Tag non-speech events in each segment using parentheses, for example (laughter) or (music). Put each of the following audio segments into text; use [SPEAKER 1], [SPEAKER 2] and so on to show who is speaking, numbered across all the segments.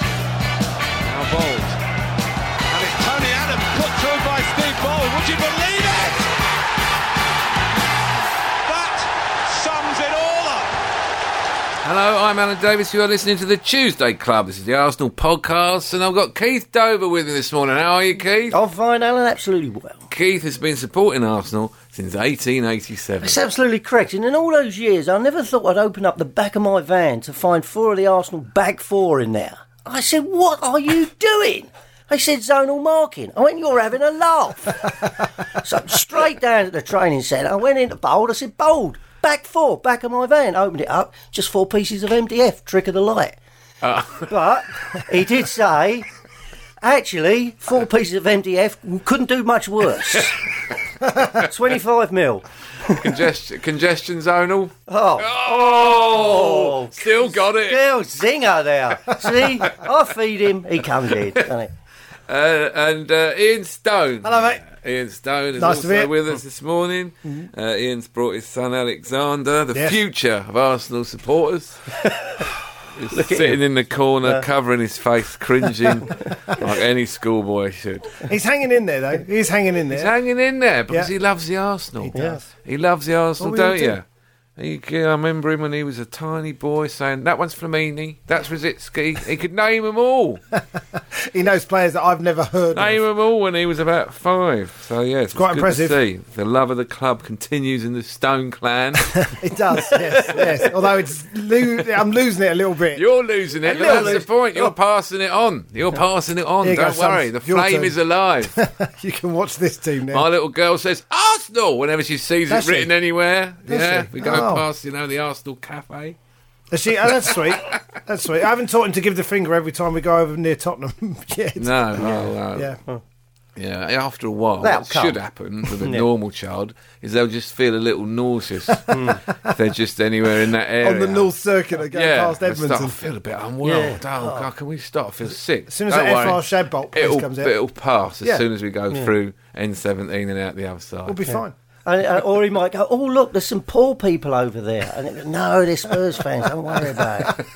[SPEAKER 1] Now Bold. And it's Tony Adams put through by Steve Bold. Would you believe it? That sums it all up.
[SPEAKER 2] Hello, I'm Alan Davis. You are listening to the Tuesday Club. This is the Arsenal podcast, and I've got Keith Dover with me this morning. How are you, Keith?
[SPEAKER 3] I'm fine, Alan. Absolutely well.
[SPEAKER 2] Keith has been supporting Arsenal since 1887.
[SPEAKER 3] It's absolutely correct. And in all those years, I never thought I'd open up the back of my van to find four of the Arsenal back four in there. I said, "What are you doing?" They said zonal marking. I went, "You're having a laugh." (laughs) so straight down at the training centre, I went into Bold. I said, "Bold, back four, back of my van." I opened it up, just four pieces of MDF. Trick of the light. But he did say, actually, four pieces of MDF couldn't do much worse. 25 mil.
[SPEAKER 2] Congest- congestion zonal.
[SPEAKER 3] Oh.
[SPEAKER 2] Oh, still got it.
[SPEAKER 3] Still zinger there. See, I feed him, he comes in. doesn't he?
[SPEAKER 2] Uh, and uh, Ian Stone.
[SPEAKER 4] Hello, mate.
[SPEAKER 2] Ian Stone is
[SPEAKER 4] Nice to be
[SPEAKER 2] also
[SPEAKER 4] here.
[SPEAKER 2] with us this morning. Uh, Ian's brought his son Alexander, the
[SPEAKER 4] Yes.
[SPEAKER 2] future of Arsenal
[SPEAKER 4] (laughs)
[SPEAKER 2] supporters. He's sitting in the corner, covering his face,
[SPEAKER 4] (laughs)
[SPEAKER 2] cringing like any schoolboy should.
[SPEAKER 4] He's hanging in there, though. He's hanging in
[SPEAKER 2] He's
[SPEAKER 4] there.
[SPEAKER 2] hanging in there because
[SPEAKER 4] Yeah.
[SPEAKER 2] he loves the Arsenal. He
[SPEAKER 4] does.
[SPEAKER 2] He loves the Arsenal,
[SPEAKER 4] What we all
[SPEAKER 2] don't you? He, I remember him when he was a tiny boy saying, That one's Flamini, that's Rositsky. He could name them all.
[SPEAKER 4] He knows players that I've never heard
[SPEAKER 2] Name
[SPEAKER 4] of.
[SPEAKER 2] them all when he was about five. So yeah, it's,
[SPEAKER 4] quite
[SPEAKER 2] good to
[SPEAKER 4] impressive.
[SPEAKER 2] see. The love of the club continues in the Stone
[SPEAKER 4] (laughs)
[SPEAKER 2] Clan.
[SPEAKER 4] It does,
[SPEAKER 2] (laughs)
[SPEAKER 4] yes, yes. Although it's lo- I'm losing it a little bit.
[SPEAKER 2] You're losing it. but
[SPEAKER 4] A little
[SPEAKER 2] that's the
[SPEAKER 4] lose-
[SPEAKER 2] point. You're passing it on. You're passing it on.
[SPEAKER 4] Here you go,
[SPEAKER 2] Don't worry.
[SPEAKER 4] son.
[SPEAKER 2] The
[SPEAKER 4] Your
[SPEAKER 2] flame
[SPEAKER 4] turn.
[SPEAKER 2] is
[SPEAKER 4] (laughs)
[SPEAKER 2] alive.
[SPEAKER 4] You can watch this team now.
[SPEAKER 2] My little girl says Arsenal whenever she sees
[SPEAKER 4] Does
[SPEAKER 2] it
[SPEAKER 4] she?
[SPEAKER 2] written anywhere.
[SPEAKER 4] Does
[SPEAKER 2] yeah,
[SPEAKER 4] she?
[SPEAKER 2] we go
[SPEAKER 4] Oh.
[SPEAKER 2] past you know the Arsenal cafe.
[SPEAKER 4] Is she- oh, that's sweet. That's sweet. I haven't taught him to give the finger every time we go over near Tottenham (laughs) yet.
[SPEAKER 2] No, oh, oh.
[SPEAKER 4] Yeah.
[SPEAKER 2] Yeah, after a while,
[SPEAKER 3] That'll
[SPEAKER 2] what
[SPEAKER 3] come.
[SPEAKER 2] should happen
[SPEAKER 4] (laughs)
[SPEAKER 2] with a normal child is they'll just feel a little nauseous if they're just anywhere in that area.
[SPEAKER 4] Hmm. On the North Circuit, I go past
[SPEAKER 2] I start-
[SPEAKER 4] Edmonton.
[SPEAKER 2] I feel a bit unwell.
[SPEAKER 3] Yeah.
[SPEAKER 2] Oh, God, can we start? I feel sick. As
[SPEAKER 4] soon as that FR shed bolt place
[SPEAKER 2] it'll,
[SPEAKER 4] comes out.
[SPEAKER 2] it'll pass as
[SPEAKER 4] Yeah.
[SPEAKER 2] soon as we go through N17 and out the other side.
[SPEAKER 4] We'll be fine.
[SPEAKER 3] And, and- or he might go, oh, look, there's some poor people over there. And it- no, they're Spurs fans, don't worry about
[SPEAKER 4] (laughs)
[SPEAKER 3] it.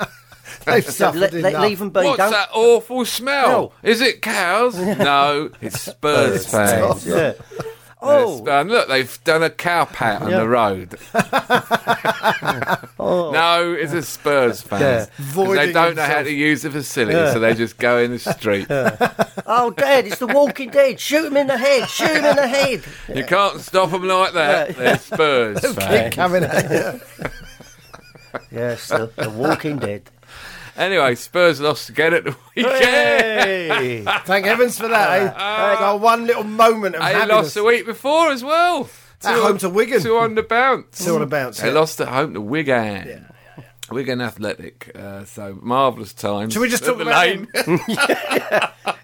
[SPEAKER 4] They've
[SPEAKER 3] So
[SPEAKER 4] suffered
[SPEAKER 3] let, let-
[SPEAKER 4] enough.
[SPEAKER 3] leave
[SPEAKER 4] (laughs)
[SPEAKER 3] them be.
[SPEAKER 2] What's
[SPEAKER 3] don't,
[SPEAKER 2] that awful smell? Is it cows? no, it's Spurs fans.
[SPEAKER 3] Yeah.
[SPEAKER 2] It's-
[SPEAKER 3] Oh,
[SPEAKER 2] And look, they've done a cow pat on the
[SPEAKER 4] (laughs)
[SPEAKER 2] road. (laughs) No, it's a Spurs fan. They
[SPEAKER 4] Voiding
[SPEAKER 2] don't know how
[SPEAKER 4] himself.
[SPEAKER 2] to use the facility, so they just go in the
[SPEAKER 4] (laughs)
[SPEAKER 2] street. (laughs)
[SPEAKER 3] oh, Dad, it's the Walking Dead. Shoot him in the head. Shoot him in the head.
[SPEAKER 2] You can't stop them like that. They're
[SPEAKER 4] (laughs)
[SPEAKER 2] Spurs fans.
[SPEAKER 4] Coming out.
[SPEAKER 2] (laughs)
[SPEAKER 3] Yes, the, the Walking Dead.
[SPEAKER 2] Anyway, Spurs lost again at the (laughs) weekend.
[SPEAKER 3] Hey!
[SPEAKER 4] Thank heavens for that. Eh? That's our one little moment of
[SPEAKER 2] They
[SPEAKER 4] happiness.
[SPEAKER 2] Uh, lost the week before as well.
[SPEAKER 4] At home to Wigan.
[SPEAKER 2] Two on the bounce.
[SPEAKER 4] Two on the bounce,
[SPEAKER 2] They
[SPEAKER 4] yeah.
[SPEAKER 2] lost at home to Wigan. Wigan Athletic. Uh, so marvellous times.
[SPEAKER 4] Should we just
[SPEAKER 2] at
[SPEAKER 4] talk
[SPEAKER 2] the
[SPEAKER 4] about
[SPEAKER 2] lane?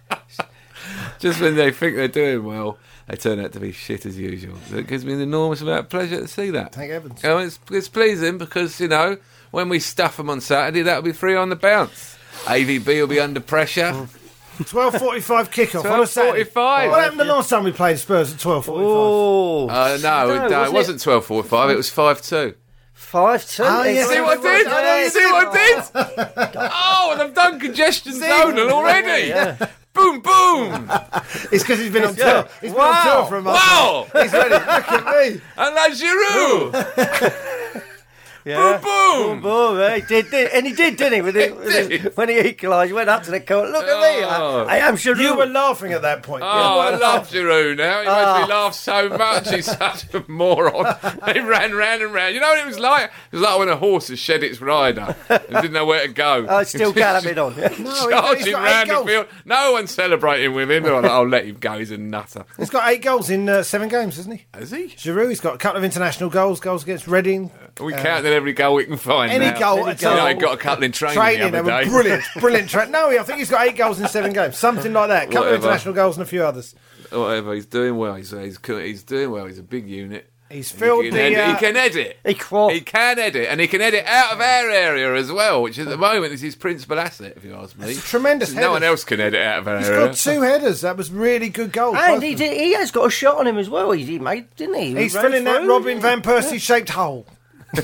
[SPEAKER 4] (laughs)
[SPEAKER 2] just when they think they're doing well, they turn out to be shit as usual. It gives me an enormous amount of pleasure to see that.
[SPEAKER 4] Thank heavens.
[SPEAKER 2] Oh, it's, it's pleasing because, you know, when we stuff them on Saturday, that'll be three on the bounce. AVB will be under
[SPEAKER 4] Mm.
[SPEAKER 2] pressure.
[SPEAKER 4] 12.45 kickoff on a Saturday.
[SPEAKER 2] 12:45.
[SPEAKER 4] What happened the last time we played Spurs at 12.45?
[SPEAKER 3] Oh,
[SPEAKER 2] Uh, no, no, it wasn't 12 4 5, it was 5 2.
[SPEAKER 3] five two.
[SPEAKER 4] Ah, yes,
[SPEAKER 2] See what I did? You see what I did? (laughs) Oh, and I've done congestion zonal already. Boom, boom.
[SPEAKER 4] It's because he's been (laughs) on tour. He's been on
[SPEAKER 2] Wow.
[SPEAKER 4] tour for a month.
[SPEAKER 2] Wow. (laughs)
[SPEAKER 4] He's ready. Look at me.
[SPEAKER 2] And that's Giroud.
[SPEAKER 3] Yeah.
[SPEAKER 2] Boom, boom.
[SPEAKER 3] Boom, eh? He did, did, and he did, didn't he? With it, with it, when he equalised, he went up to the court. Look at me,
[SPEAKER 2] Oh.
[SPEAKER 3] I, I am sure
[SPEAKER 4] (laughs) You were laughing at that point.
[SPEAKER 2] Oh, I love Giroud now. He
[SPEAKER 4] Ah.
[SPEAKER 2] makes me laugh so much.
[SPEAKER 4] (laughs)
[SPEAKER 2] He's such a moron. he ran round and round. You know what it was like? It was like when a horse has shed its rider and didn't know where to
[SPEAKER 4] (laughs)
[SPEAKER 2] go.
[SPEAKER 4] Oh,
[SPEAKER 2] (laughs)
[SPEAKER 3] I still galloping on.
[SPEAKER 4] he's got- he's
[SPEAKER 2] Charging
[SPEAKER 4] got
[SPEAKER 2] round
[SPEAKER 4] eight
[SPEAKER 2] the
[SPEAKER 4] goals.
[SPEAKER 2] field. No one's celebrating with him. They're like, I'll let him go. He's a nutter.
[SPEAKER 4] He's got eight goals in uh, seven games, hasn't he?
[SPEAKER 2] Is he?
[SPEAKER 4] Giroud, he's got a couple of international goals, goals against Reading.
[SPEAKER 2] We counted every goal we can find.
[SPEAKER 4] Uh, Any
[SPEAKER 2] now.
[SPEAKER 4] goal at
[SPEAKER 2] You know,
[SPEAKER 4] all.
[SPEAKER 2] he got a couple in training,
[SPEAKER 4] Training,
[SPEAKER 2] the
[SPEAKER 4] they
[SPEAKER 2] other
[SPEAKER 4] were
[SPEAKER 2] day. (laughs)
[SPEAKER 4] brilliant, brilliant. Tra- no, I think he's got eight goals in seven games, something like that. A couple of
[SPEAKER 2] Whatever.
[SPEAKER 4] international goals and a few others.
[SPEAKER 2] Whatever, he's doing well. He's, he's, co- he's doing well. He's a big unit.
[SPEAKER 4] He's filled
[SPEAKER 2] he can
[SPEAKER 4] the,
[SPEAKER 2] edit.
[SPEAKER 4] uh,
[SPEAKER 2] he can edit.
[SPEAKER 3] He crawled.
[SPEAKER 2] He can edit, and he can edit out of our area as well, which at the moment is his principal asset, if you ask me.
[SPEAKER 4] It's a tremendous
[SPEAKER 2] (laughs) No one
[SPEAKER 4] header.
[SPEAKER 2] else can edit out of our
[SPEAKER 4] He's
[SPEAKER 2] area.
[SPEAKER 4] got two headers. That was really good goals. both
[SPEAKER 3] And
[SPEAKER 4] of
[SPEAKER 3] he,
[SPEAKER 4] them.
[SPEAKER 3] did, he has got a shot on him as well. He, he made, didn't he? He
[SPEAKER 4] He's
[SPEAKER 3] ran
[SPEAKER 4] filling that
[SPEAKER 3] through.
[SPEAKER 4] Robin Van Persie shaped hole. (laughs)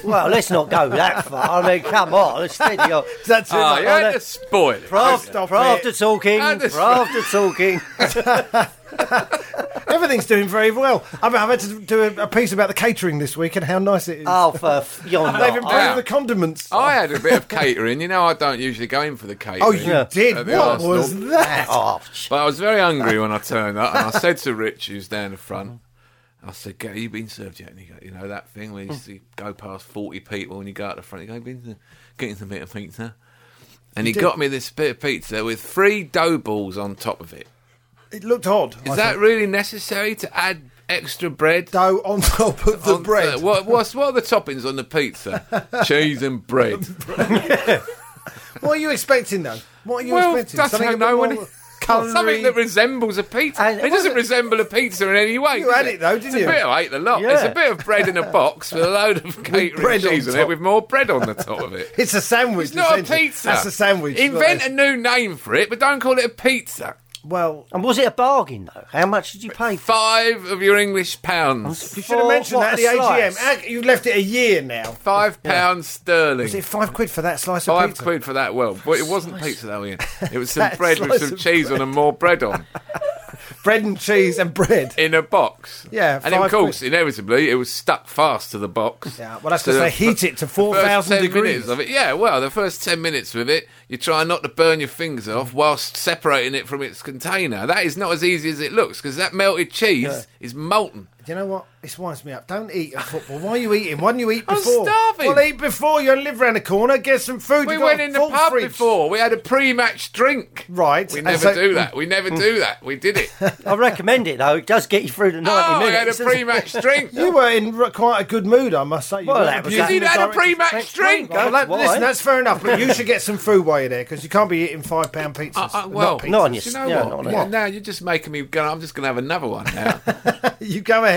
[SPEAKER 3] Well, let's not go that far. I mean, come on, let's steady on.
[SPEAKER 4] (laughs) That's it. oh,
[SPEAKER 2] Ah, you
[SPEAKER 3] on
[SPEAKER 2] had
[SPEAKER 3] a-
[SPEAKER 2] to spoil it.
[SPEAKER 3] After,
[SPEAKER 4] Stop
[SPEAKER 3] after
[SPEAKER 4] it.
[SPEAKER 3] talking,
[SPEAKER 2] I understand.
[SPEAKER 3] after talking.
[SPEAKER 4] (laughs) Everything's doing very well. I mean, I've had to do a, a piece about the catering this week and how nice it is.
[SPEAKER 3] Oh, for f- you're not.
[SPEAKER 4] They've improved
[SPEAKER 2] Yeah.
[SPEAKER 4] the condiments.
[SPEAKER 2] I had a bit of catering. You know, I don't usually go in for the catering.
[SPEAKER 4] oh, you
[SPEAKER 3] Yeah.
[SPEAKER 4] did.
[SPEAKER 2] At
[SPEAKER 4] What
[SPEAKER 2] the Arsenal.
[SPEAKER 4] was that?
[SPEAKER 3] Oh, sh-
[SPEAKER 2] But I was very hungry when I turned up, and I said to Rich, who's down the front, I said, "Get, you been served yet?" And he go, "You know that thing where you, see, go past forty people and you go out the front, you go, been to, getting some bit of pizza." And he got me this bit of pizza with three dough balls on top of it.
[SPEAKER 4] It looked odd.
[SPEAKER 2] Is that really necessary to add extra bread?
[SPEAKER 4] dough on top of the
[SPEAKER 2] on-
[SPEAKER 4] bread?
[SPEAKER 2] uh, what, what's, what are the toppings on the pizza?
[SPEAKER 4] (laughs)
[SPEAKER 2] Cheese and bread.
[SPEAKER 4] What are you expecting though? What are you
[SPEAKER 2] well,
[SPEAKER 4] expecting?
[SPEAKER 2] that's how
[SPEAKER 4] a bit
[SPEAKER 2] no one.
[SPEAKER 4] more
[SPEAKER 2] (laughs) Something
[SPEAKER 4] culinary-
[SPEAKER 2] that resembles a pizza.
[SPEAKER 3] And-
[SPEAKER 2] it doesn't resemble a pizza in any way.
[SPEAKER 4] You
[SPEAKER 2] does
[SPEAKER 4] had it, though,
[SPEAKER 2] it's
[SPEAKER 4] didn't you?
[SPEAKER 2] A bit, I ate the lot.
[SPEAKER 3] Yeah.
[SPEAKER 2] It's a bit of bread in a box with a load
[SPEAKER 4] (laughs)
[SPEAKER 2] of catering
[SPEAKER 4] bread on
[SPEAKER 2] cheese on, it
[SPEAKER 4] top.
[SPEAKER 2] with more bread on the top
[SPEAKER 4] (laughs)
[SPEAKER 2] of it.
[SPEAKER 4] It's a sandwich.
[SPEAKER 2] It's not a
[SPEAKER 4] essentially.
[SPEAKER 2] pizza.
[SPEAKER 4] That's a sandwich.
[SPEAKER 2] Invent
[SPEAKER 4] Like-
[SPEAKER 2] a new name for it, but don't call it a pizza.
[SPEAKER 4] Well,
[SPEAKER 3] and was it a bargain though? How much did you pay? for
[SPEAKER 2] Five of your English pounds.
[SPEAKER 4] you should have mentioned that at the AGM. Ag- You've left it a year now.
[SPEAKER 2] Five pounds sterling.
[SPEAKER 4] Is it five quid for that slice of
[SPEAKER 2] Five
[SPEAKER 4] pizza?
[SPEAKER 2] quid for that well. But it wasn't pizza though, Ian. It
[SPEAKER 4] (laughs)
[SPEAKER 2] was some
[SPEAKER 4] That
[SPEAKER 2] bread with
[SPEAKER 4] slice
[SPEAKER 2] some
[SPEAKER 4] of
[SPEAKER 2] cheese on and more bread on.
[SPEAKER 4] Bread and cheese and bread.
[SPEAKER 2] in a box.
[SPEAKER 4] Yeah,
[SPEAKER 2] and of
[SPEAKER 4] five
[SPEAKER 2] course, inevitably, it was stuck fast to the box.
[SPEAKER 4] Yeah, well, that's
[SPEAKER 2] (laughs)
[SPEAKER 4] because
[SPEAKER 2] the
[SPEAKER 4] they
[SPEAKER 2] f-
[SPEAKER 4] heat it to
[SPEAKER 2] first
[SPEAKER 4] 4,000
[SPEAKER 2] 10
[SPEAKER 4] degrees.
[SPEAKER 2] minutes of it. Yeah, well, the first ten minutes with it, you try not to burn your fingers off whilst separating it from its container. That is not as easy as it looks because that melted cheese is molten.
[SPEAKER 4] Do you know what? This winds me up. Don't eat at football. Why are you eating? Why don't you eat
[SPEAKER 2] I'm
[SPEAKER 4] before?
[SPEAKER 2] starving.
[SPEAKER 4] Well, eat before. You live round the corner, get some food.
[SPEAKER 2] We
[SPEAKER 4] You've got
[SPEAKER 2] went
[SPEAKER 4] a
[SPEAKER 2] in the
[SPEAKER 4] full
[SPEAKER 2] pub
[SPEAKER 4] fridge.
[SPEAKER 2] before. We had a pre-match drink.
[SPEAKER 4] Right,
[SPEAKER 2] We
[SPEAKER 4] and
[SPEAKER 2] never
[SPEAKER 4] so-
[SPEAKER 2] do that. We never do that. We did
[SPEAKER 4] (laughs)
[SPEAKER 2] it.
[SPEAKER 3] it? I recommend it though. It does get you through the
[SPEAKER 2] oh,
[SPEAKER 3] ninety
[SPEAKER 2] we had a
[SPEAKER 3] minutes.
[SPEAKER 2] pre-match
[SPEAKER 4] (laughs)
[SPEAKER 2] drink.
[SPEAKER 4] You were in r- quite a good mood, I must say. You
[SPEAKER 3] Well,
[SPEAKER 4] were-
[SPEAKER 3] that was-
[SPEAKER 2] You did
[SPEAKER 3] Exactly.
[SPEAKER 2] had a
[SPEAKER 4] Directed-
[SPEAKER 2] pre-match drink.
[SPEAKER 4] Well, that-
[SPEAKER 3] Why?
[SPEAKER 4] listen, that's fair enough, but you should get some food while you're there because you can't be eating five pound pizzas.
[SPEAKER 2] Uh, uh,
[SPEAKER 4] Not
[SPEAKER 2] well,
[SPEAKER 4] pizza.
[SPEAKER 3] No, on your-
[SPEAKER 2] do you know
[SPEAKER 3] yeah,
[SPEAKER 2] what?
[SPEAKER 3] not on
[SPEAKER 2] Yeah,
[SPEAKER 3] it.
[SPEAKER 2] now you're just making me. Go, I'm just going to have another one
[SPEAKER 4] (laughs)
[SPEAKER 2] now.
[SPEAKER 4] you go ahead.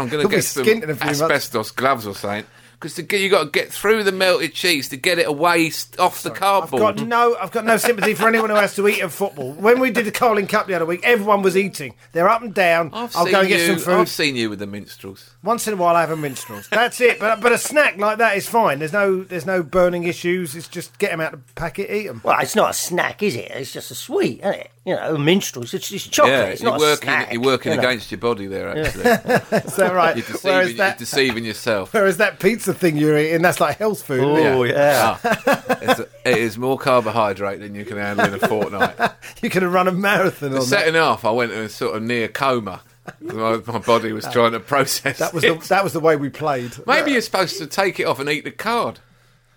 [SPEAKER 2] I'm going to
[SPEAKER 4] You'll be
[SPEAKER 2] get some
[SPEAKER 4] skint in a few months.
[SPEAKER 2] asbestos gloves or something. Because you got to get through the melted cheese to get it away st- off the
[SPEAKER 4] I've got
[SPEAKER 2] cardboard.
[SPEAKER 4] no, I've got no sympathy for anyone who has to eat at football. When we did the Carling Cup the other week, everyone was eating. They're up and down.
[SPEAKER 2] I've
[SPEAKER 4] will
[SPEAKER 2] seen
[SPEAKER 4] go and get
[SPEAKER 2] you,
[SPEAKER 4] some food.
[SPEAKER 2] I've seen you with the
[SPEAKER 4] (laughs)
[SPEAKER 2] minstrels.
[SPEAKER 4] Once in a while, I have a minstrels. That's it. But but a snack like that is fine. There's no there's no burning issues. It's just get them out of the packet, eat (laughs) them.
[SPEAKER 3] Well, it's not a snack, is it? It's just a sweet, isn't it? You know, minstrels. It's just chocolate. it's
[SPEAKER 2] you're
[SPEAKER 3] not a
[SPEAKER 2] working,
[SPEAKER 3] snack.
[SPEAKER 2] you're working
[SPEAKER 3] you know.
[SPEAKER 2] against your body there, actually.
[SPEAKER 4] (laughs) Is that right?
[SPEAKER 2] You're, deceiving,
[SPEAKER 4] Whereas
[SPEAKER 2] you're
[SPEAKER 4] that
[SPEAKER 2] deceiving
[SPEAKER 4] (laughs)
[SPEAKER 2] yourself.
[SPEAKER 4] whereas that pizza thing you're eating, that's like health food. isn't it?
[SPEAKER 3] Oh yeah.
[SPEAKER 2] Ah, it's a- it is more carbohydrate than you can handle in a
[SPEAKER 4] (laughs)
[SPEAKER 2] fortnight.
[SPEAKER 4] You could have run a marathon on that.
[SPEAKER 2] Second half, I went in a sort of near coma. My, my body was trying to process
[SPEAKER 4] That was
[SPEAKER 2] it.
[SPEAKER 4] the, that was the way we played.
[SPEAKER 2] Maybe you're supposed to take it off and eat the card.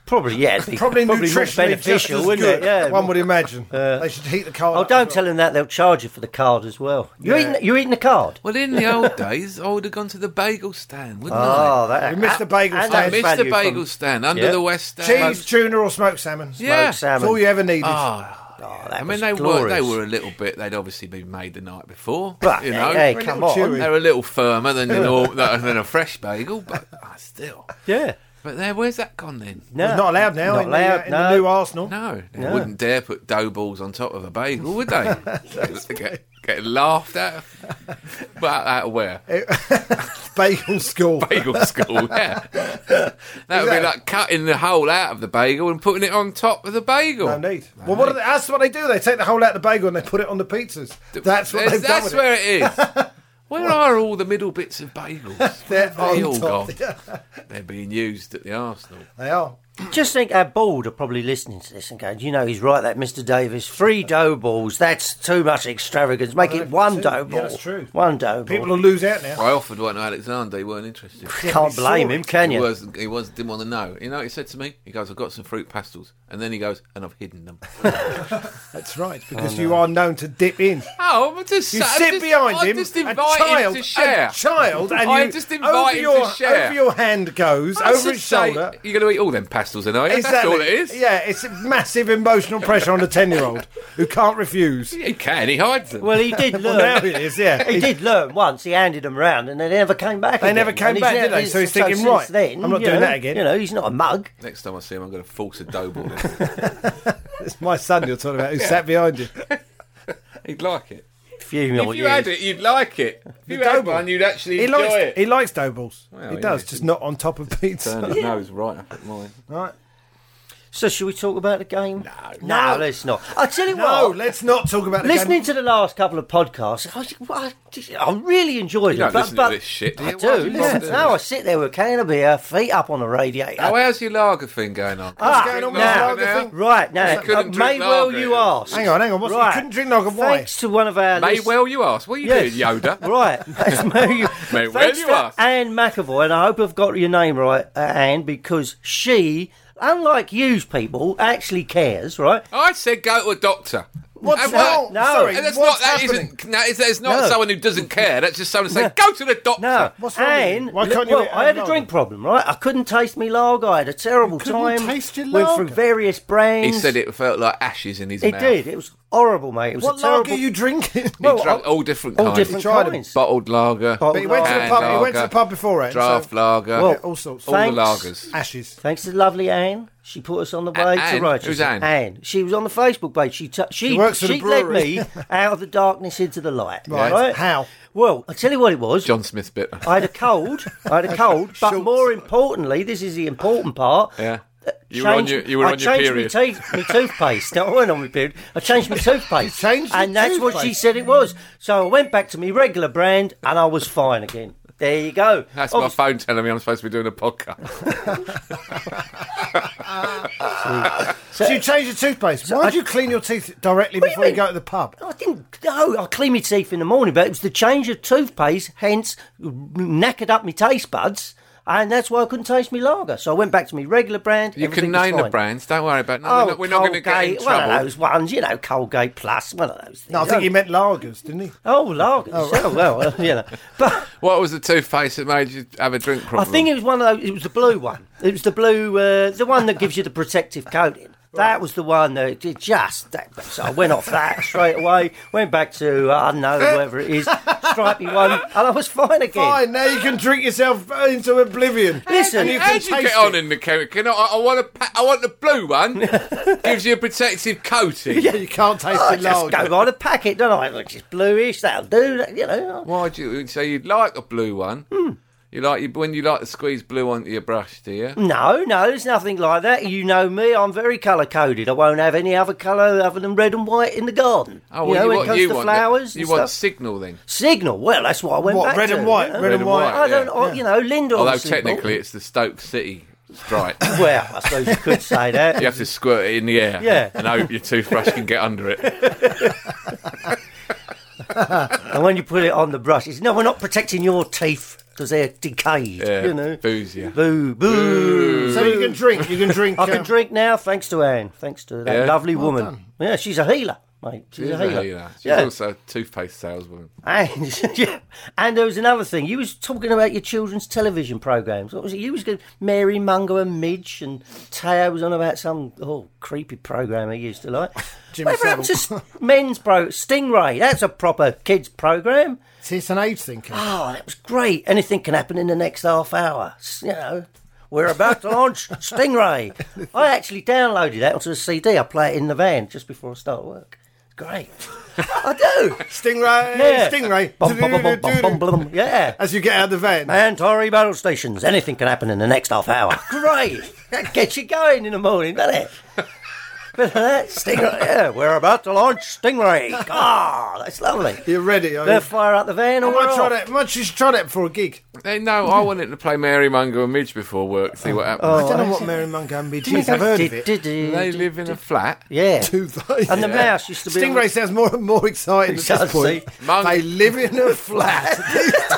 [SPEAKER 3] Probably yeah. It'd be
[SPEAKER 4] Probably,
[SPEAKER 3] probably more
[SPEAKER 4] nutritionally just
[SPEAKER 3] beneficial,
[SPEAKER 4] as
[SPEAKER 3] wouldn't
[SPEAKER 4] good,
[SPEAKER 3] it? Yeah.
[SPEAKER 4] one would imagine. they should heat the car.
[SPEAKER 3] Oh, don't tell them that. They'll charge you for the card as well. You're
[SPEAKER 4] Yeah.
[SPEAKER 3] eating. You're eating the card.
[SPEAKER 2] Well, in the old days, I would have gone to the bagel stand, wouldn't I?
[SPEAKER 3] Oh, that.
[SPEAKER 4] We missed the bagel
[SPEAKER 3] and
[SPEAKER 4] stand.
[SPEAKER 3] that's
[SPEAKER 2] Mr.
[SPEAKER 3] value
[SPEAKER 2] Bagel
[SPEAKER 3] from-
[SPEAKER 2] stand under
[SPEAKER 3] Yeah.
[SPEAKER 2] the West Stand.
[SPEAKER 4] Cheese, tuna, or smoked Ah. salmon.
[SPEAKER 2] yeah.
[SPEAKER 3] smoked
[SPEAKER 4] That's
[SPEAKER 3] salmon.
[SPEAKER 4] all you ever needed.
[SPEAKER 2] Oh,
[SPEAKER 3] Oh, that
[SPEAKER 2] I mean,
[SPEAKER 3] was
[SPEAKER 2] they were,
[SPEAKER 3] glorious.
[SPEAKER 2] they were a little bit. They'd obviously been made the night before.
[SPEAKER 3] But
[SPEAKER 2] you know,
[SPEAKER 3] hey,
[SPEAKER 4] They're a
[SPEAKER 3] come
[SPEAKER 4] little
[SPEAKER 3] on.
[SPEAKER 4] chewy.
[SPEAKER 2] they're a little firmer than the nor- than than a fresh bagel, but ah, still.
[SPEAKER 3] Yeah.
[SPEAKER 2] But there, where's that gone then?
[SPEAKER 3] No.
[SPEAKER 4] It's not allowed now
[SPEAKER 3] Not
[SPEAKER 4] in, the,
[SPEAKER 3] allowed,
[SPEAKER 4] uh, in
[SPEAKER 3] no.
[SPEAKER 4] the new Arsenal.
[SPEAKER 2] No, they wouldn't dare put dough balls on top of a bagel, would
[SPEAKER 3] (laughs)
[SPEAKER 2] they? get, get laughed at. But out of where?
[SPEAKER 4] Bagel school. (laughs)
[SPEAKER 2] Bagel school, yeah. That would be
[SPEAKER 4] Exactly.
[SPEAKER 2] like cutting the hole out of the bagel and putting it on top of the bagel.
[SPEAKER 4] No need. Well, what are they, that's what they do. They take the whole out of the bagel and they put it on the pizzas. That's what
[SPEAKER 2] Yes,
[SPEAKER 4] they've done
[SPEAKER 2] that's
[SPEAKER 4] (laughs) with it.
[SPEAKER 2] where it is. Where are all the middle bits of bagels?
[SPEAKER 4] (laughs) They're
[SPEAKER 2] Where have they
[SPEAKER 4] on
[SPEAKER 2] all
[SPEAKER 4] top. (laughs)
[SPEAKER 2] gone? They're being used at the Arsenal.
[SPEAKER 4] They are.
[SPEAKER 3] Just think how bored are probably listening to this and going, you know, he's right, that Mr. Davis. Three dough balls, that's too much extravagance. Make it one
[SPEAKER 4] two.
[SPEAKER 3] dough ball.
[SPEAKER 4] Yeah, that's true.
[SPEAKER 3] One dough
[SPEAKER 4] People
[SPEAKER 3] ball.
[SPEAKER 4] will lose out now.
[SPEAKER 2] I offered one to Alexander. He weren't interested.
[SPEAKER 3] Can't blame him, can
[SPEAKER 2] He
[SPEAKER 3] you?
[SPEAKER 2] was. He was. Didn't want to know. You know. what He said to me. He goes. I've got some fruit pastels, and then he goes, and I've hidden
[SPEAKER 4] (laughs)
[SPEAKER 2] them.
[SPEAKER 4] That's right, because
[SPEAKER 3] Oh,
[SPEAKER 4] you are known to dip in.
[SPEAKER 2] oh, I'm just.
[SPEAKER 4] You
[SPEAKER 2] I'm
[SPEAKER 4] sit
[SPEAKER 2] just-
[SPEAKER 4] behind
[SPEAKER 2] I'm
[SPEAKER 4] him,
[SPEAKER 2] just
[SPEAKER 4] a
[SPEAKER 2] invited
[SPEAKER 4] child,
[SPEAKER 2] to share.
[SPEAKER 4] a child, and
[SPEAKER 2] I
[SPEAKER 4] you
[SPEAKER 2] just
[SPEAKER 4] over
[SPEAKER 2] invited
[SPEAKER 4] your
[SPEAKER 2] to share.
[SPEAKER 4] over your hand goes
[SPEAKER 2] I
[SPEAKER 4] over
[SPEAKER 2] should
[SPEAKER 4] his
[SPEAKER 2] say,
[SPEAKER 4] shoulder.
[SPEAKER 2] You're going to eat all them pastels, and I. That's all it is.
[SPEAKER 4] Yeah, it's massive emotional pressure on a ten-year-old who can't
[SPEAKER 2] (laughs)
[SPEAKER 4] refuse.
[SPEAKER 2] He can. He hides them.
[SPEAKER 3] Well, he did learn.
[SPEAKER 4] (laughs) Well, now it is. Yeah,
[SPEAKER 3] He did learn once. He handed them round, and they never came back.
[SPEAKER 4] They
[SPEAKER 3] again.
[SPEAKER 4] never came
[SPEAKER 3] And he's
[SPEAKER 4] back,
[SPEAKER 3] now-
[SPEAKER 4] did they?
[SPEAKER 3] he's-
[SPEAKER 4] So he's thinking,
[SPEAKER 3] since
[SPEAKER 4] right,
[SPEAKER 3] then,
[SPEAKER 4] I'm not
[SPEAKER 3] you
[SPEAKER 4] doing
[SPEAKER 3] know,
[SPEAKER 4] that again.
[SPEAKER 3] You know, he's not a mug.
[SPEAKER 2] Next time I see him, I'm going to force a dough ball.
[SPEAKER 3] (laughs)
[SPEAKER 4] It's my son you're talking about who sat behind you.
[SPEAKER 2] He'd like it.
[SPEAKER 3] Few
[SPEAKER 2] If
[SPEAKER 3] more
[SPEAKER 2] you had
[SPEAKER 3] years.
[SPEAKER 2] it, you'd like it. If (laughs) you had
[SPEAKER 4] dough ball.
[SPEAKER 2] one, you'd actually
[SPEAKER 4] He
[SPEAKER 2] enjoy
[SPEAKER 4] likes
[SPEAKER 2] it.
[SPEAKER 4] he likes dough balls. he
[SPEAKER 2] yeah,
[SPEAKER 4] does,
[SPEAKER 2] it's-
[SPEAKER 4] just not on top of pizza.
[SPEAKER 2] Turn his nose right up at mine.
[SPEAKER 4] Right.
[SPEAKER 3] So, should we talk about the game? No,
[SPEAKER 4] No.
[SPEAKER 3] no, let's not. I tell you
[SPEAKER 4] (laughs) No,
[SPEAKER 3] what.
[SPEAKER 4] let's not talk about the
[SPEAKER 3] Listening
[SPEAKER 4] game.
[SPEAKER 3] to the last couple of podcasts, I, was- I, just- I really enjoyed
[SPEAKER 2] You don't
[SPEAKER 3] them. but,
[SPEAKER 2] listen to
[SPEAKER 3] but-
[SPEAKER 2] this shit, do
[SPEAKER 3] I
[SPEAKER 2] you? Why do
[SPEAKER 3] do.
[SPEAKER 2] you
[SPEAKER 3] Listen,
[SPEAKER 2] bother?
[SPEAKER 3] no, I sit there with a can of beer, feet up on the radiator.
[SPEAKER 2] Oh, how's your lager thing going on?
[SPEAKER 3] Ah,
[SPEAKER 4] going on with
[SPEAKER 3] now,
[SPEAKER 4] lager thing?
[SPEAKER 3] Right now,
[SPEAKER 2] couldn't
[SPEAKER 3] uh,
[SPEAKER 2] drink
[SPEAKER 3] may well
[SPEAKER 2] lager.
[SPEAKER 3] you ask.
[SPEAKER 4] Hang on, hang on. What's
[SPEAKER 3] Right.
[SPEAKER 4] you couldn't drink lager wine?
[SPEAKER 3] Thanks to one of our
[SPEAKER 2] May
[SPEAKER 3] list-
[SPEAKER 2] well you ask. What are you
[SPEAKER 3] Yes.
[SPEAKER 2] doing, Yoda?
[SPEAKER 3] (laughs) Right, that's may
[SPEAKER 4] (laughs)
[SPEAKER 3] you,
[SPEAKER 2] May well
[SPEAKER 3] thanks
[SPEAKER 2] you
[SPEAKER 3] to
[SPEAKER 2] ask.
[SPEAKER 3] Anne McAvoy, and I hope I've got your name right, uh, Anne, because she, unlike you people, actually cares, right?
[SPEAKER 2] I said go to a doctor.
[SPEAKER 4] What's
[SPEAKER 2] And
[SPEAKER 4] wrong?
[SPEAKER 2] what-
[SPEAKER 3] No.
[SPEAKER 4] Sorry,
[SPEAKER 2] And that's
[SPEAKER 4] what's
[SPEAKER 2] not, that
[SPEAKER 4] happening?
[SPEAKER 2] isn't, no, it's- that's not
[SPEAKER 3] No.
[SPEAKER 2] someone who doesn't care. That's just someone saying, go to the doctor.
[SPEAKER 3] No,
[SPEAKER 4] Oh, What's wrong with
[SPEAKER 3] Anne,
[SPEAKER 4] you? Why can't you
[SPEAKER 3] well,
[SPEAKER 4] eat
[SPEAKER 3] I had
[SPEAKER 4] Anne
[SPEAKER 3] a drink problem, right? I couldn't taste me lager. I had a terrible
[SPEAKER 4] couldn't
[SPEAKER 3] time.
[SPEAKER 4] taste your
[SPEAKER 3] Went
[SPEAKER 4] lager?
[SPEAKER 3] through various
[SPEAKER 2] He
[SPEAKER 3] brands.
[SPEAKER 2] said it felt like ashes in his
[SPEAKER 3] It
[SPEAKER 2] mouth.
[SPEAKER 3] did. It was horrible, mate. It was
[SPEAKER 4] What
[SPEAKER 3] a terrible.
[SPEAKER 4] lager are you
[SPEAKER 2] (laughs)
[SPEAKER 4] drinking?
[SPEAKER 2] He
[SPEAKER 3] Well,
[SPEAKER 2] drank
[SPEAKER 3] I-
[SPEAKER 2] all different
[SPEAKER 3] oh. all
[SPEAKER 2] kinds.
[SPEAKER 3] different
[SPEAKER 4] He tried 'em.
[SPEAKER 3] kinds.
[SPEAKER 2] Bottled lager.
[SPEAKER 3] Bottled
[SPEAKER 4] But he went to the
[SPEAKER 3] lager.
[SPEAKER 4] pub. He went to the pub before it.
[SPEAKER 2] Draft
[SPEAKER 4] so-
[SPEAKER 2] lager.
[SPEAKER 3] Well,
[SPEAKER 4] Yeah, all sorts.
[SPEAKER 2] all the
[SPEAKER 3] thanks.
[SPEAKER 2] lagers.
[SPEAKER 4] Ashes.
[SPEAKER 3] Thanks to lovely Anne, she put us on the way to
[SPEAKER 2] Anne?
[SPEAKER 3] righteousness.
[SPEAKER 2] Who's Anne?
[SPEAKER 3] Anne. She was on the Facebook page. She t- she
[SPEAKER 4] She works at a
[SPEAKER 3] she led
[SPEAKER 4] brewery.
[SPEAKER 3] me (laughs) out of the darkness into the light.
[SPEAKER 4] Right.
[SPEAKER 3] right?
[SPEAKER 4] How?
[SPEAKER 3] Well, I tell you what it was.
[SPEAKER 2] John Smith bitter.
[SPEAKER 3] I had a cold. I
[SPEAKER 4] (laughs)
[SPEAKER 3] had a cold. But
[SPEAKER 4] Schultz.
[SPEAKER 3] more importantly, this is the important part. Uh,
[SPEAKER 2] Yeah. You were on
[SPEAKER 3] changed-
[SPEAKER 2] your, you were
[SPEAKER 3] I
[SPEAKER 2] on your
[SPEAKER 3] changed
[SPEAKER 2] period.
[SPEAKER 3] My, teeth, my toothpaste. No, I went on my period. I changed
[SPEAKER 4] (laughs)
[SPEAKER 3] my toothpaste.
[SPEAKER 4] changed your
[SPEAKER 3] and that's what she
[SPEAKER 4] toothpaste?
[SPEAKER 3] said it was. So I went back to my regular brand and I was fine again. There you go.
[SPEAKER 2] (laughs) That's
[SPEAKER 3] Obviously-
[SPEAKER 2] my phone telling me I'm supposed to be doing a podcast.
[SPEAKER 3] (laughs)
[SPEAKER 4] So you change your toothpaste. Why do you clean your teeth directly
[SPEAKER 3] do you
[SPEAKER 4] before you
[SPEAKER 3] mean?
[SPEAKER 4] go to the pub?
[SPEAKER 3] I didn't. No, I clean my teeth in the morning, but it was the change of toothpaste, hence knackered up my taste buds, and that's why I couldn't taste my lager. So I went back to my regular brand.
[SPEAKER 2] You can
[SPEAKER 3] everything was
[SPEAKER 2] name the
[SPEAKER 3] fine.
[SPEAKER 2] brands. Don't worry about it. No,
[SPEAKER 3] Oh,
[SPEAKER 2] we're not, we're not going to get in
[SPEAKER 3] Colgate, one of
[SPEAKER 2] trouble.
[SPEAKER 3] those ones, you know, Colgate Plus, one of those. Things.
[SPEAKER 4] No, I think he meant lagers, didn't he?
[SPEAKER 3] Oh, lager. (laughs) Oh, well, uh, you know.
[SPEAKER 2] (laughs)
[SPEAKER 3] But
[SPEAKER 2] What was the toothpaste that made you have a drink
[SPEAKER 3] I
[SPEAKER 2] problem?
[SPEAKER 3] think it was one of those. It was the blue one. It was the blue, uh, the one that gives you the protective
[SPEAKER 2] (laughs)
[SPEAKER 3] coating. That was the one that did just that. So I went off that straight away. Went back to uh, I don't know whatever it is, stripy one, and I was fine again.
[SPEAKER 4] Fine. Now you can drink yourself into oblivion.
[SPEAKER 3] Listen,
[SPEAKER 4] and you
[SPEAKER 2] How
[SPEAKER 4] can
[SPEAKER 2] would you
[SPEAKER 4] taste
[SPEAKER 2] get on
[SPEAKER 4] it.
[SPEAKER 2] in the chemical? You know, I, I want a pa- I want the blue
[SPEAKER 3] (laughs)
[SPEAKER 2] one. Gives you a protective coating.
[SPEAKER 4] Yeah, you can't taste
[SPEAKER 3] I
[SPEAKER 4] the
[SPEAKER 3] Oh, just go
[SPEAKER 4] lager.
[SPEAKER 3] by the packet, don't I? Which is bluish. That'll do. that, You know.
[SPEAKER 2] Why do you so you like a blue one?
[SPEAKER 3] Hmm.
[SPEAKER 2] You like you, when you like to squeeze blue onto your brush, do you?
[SPEAKER 3] No, no, there's nothing like that. You know me, I'm very colour coded. I won't have any other colour other than red and white in the garden.
[SPEAKER 2] Oh,
[SPEAKER 3] you
[SPEAKER 2] well,
[SPEAKER 3] know, when
[SPEAKER 2] you,
[SPEAKER 3] it
[SPEAKER 2] want,
[SPEAKER 3] comes
[SPEAKER 2] you
[SPEAKER 3] to
[SPEAKER 2] want
[SPEAKER 3] flowers
[SPEAKER 2] the,
[SPEAKER 3] and
[SPEAKER 2] you want
[SPEAKER 3] stuff.
[SPEAKER 2] signal then.
[SPEAKER 3] Signal. Well, that's what I went
[SPEAKER 4] What?
[SPEAKER 3] back
[SPEAKER 4] Red
[SPEAKER 3] to,
[SPEAKER 4] and white.
[SPEAKER 3] you
[SPEAKER 4] Red,
[SPEAKER 3] know.
[SPEAKER 2] Red
[SPEAKER 4] and
[SPEAKER 2] and
[SPEAKER 4] white.
[SPEAKER 2] white.
[SPEAKER 3] I don't.
[SPEAKER 2] yeah.
[SPEAKER 3] I, You know, Linda.
[SPEAKER 2] Although
[SPEAKER 3] obviously-
[SPEAKER 2] technically it's the Stoke City strike.
[SPEAKER 3] well, I suppose you could say
[SPEAKER 2] (laughs)
[SPEAKER 3] that.
[SPEAKER 2] you have to squirt it in the
[SPEAKER 4] (laughs)
[SPEAKER 2] air.
[SPEAKER 3] Yeah.
[SPEAKER 2] And hope your toothbrush can get under it.
[SPEAKER 3] And when you put it on the brush, it's no, we're not protecting your teeth because they're decayed.
[SPEAKER 2] Yeah.
[SPEAKER 3] You know,
[SPEAKER 2] Booze you.
[SPEAKER 3] boo, boo.
[SPEAKER 4] So you can
[SPEAKER 3] (laughs)
[SPEAKER 4] drink. You can drink.
[SPEAKER 3] I can
[SPEAKER 4] um,
[SPEAKER 3] drink now, thanks to Anne. Thanks to that
[SPEAKER 2] Yeah.
[SPEAKER 3] lovely woman. Yeah, she's a healer, mate. She's
[SPEAKER 2] She's
[SPEAKER 3] a
[SPEAKER 2] a
[SPEAKER 3] healer.
[SPEAKER 2] healer. She's
[SPEAKER 3] yeah.
[SPEAKER 2] also a toothpaste saleswoman.
[SPEAKER 3] And, (laughs) yeah. and there was another thing. You was talking about your children's television programs. What was it? You was good. Mary Mungo and Midge and Tao was on about some oh creepy program he used to like.
[SPEAKER 4] Jimmy
[SPEAKER 3] Whatever happened to s- men's pro Stingray? That's a proper kids program.
[SPEAKER 4] See, it's an age thing. Ken.
[SPEAKER 3] Oh, that was great. Anything can happen in the next half hour. S- You know, we're about to launch Stingray. I actually downloaded that onto a CD. I play it in the van just before I start work. It's great. I do.
[SPEAKER 4] Stingray.
[SPEAKER 3] Yeah.
[SPEAKER 4] Stingray.
[SPEAKER 3] Bum, bum, bum, bum, bum, bum, bum. Yeah.
[SPEAKER 4] As you get out of the van.
[SPEAKER 3] And Tory battle stations.
[SPEAKER 4] (laughs)
[SPEAKER 3] Anything can happen in the next half hour. Great. That gets you going in the morning, doesn't it? Bit of that stingray. Yeah, we're about to launch stingray. Ah, that's lovely.
[SPEAKER 4] You're ready, are
[SPEAKER 3] They'll
[SPEAKER 4] you?
[SPEAKER 3] fire up the van.
[SPEAKER 4] I
[SPEAKER 3] Or
[SPEAKER 4] might
[SPEAKER 3] we're
[SPEAKER 4] try
[SPEAKER 3] off.
[SPEAKER 4] that. Might just try that for a gig.
[SPEAKER 2] Hey, no, I wanted to play Mary Mungo and Midge before work, see what happens.
[SPEAKER 4] I don't know what Mary Montgomery is. I've heard of it.
[SPEAKER 2] They
[SPEAKER 3] it.
[SPEAKER 2] live in a flat.
[SPEAKER 3] Yeah.
[SPEAKER 4] Do they?
[SPEAKER 3] And the mouse used to be. on the-
[SPEAKER 4] Stingray sounds more and
[SPEAKER 3] (laughs)
[SPEAKER 4] more exciting at
[SPEAKER 3] does,
[SPEAKER 4] this point.
[SPEAKER 2] Mung-
[SPEAKER 4] They live in a flat.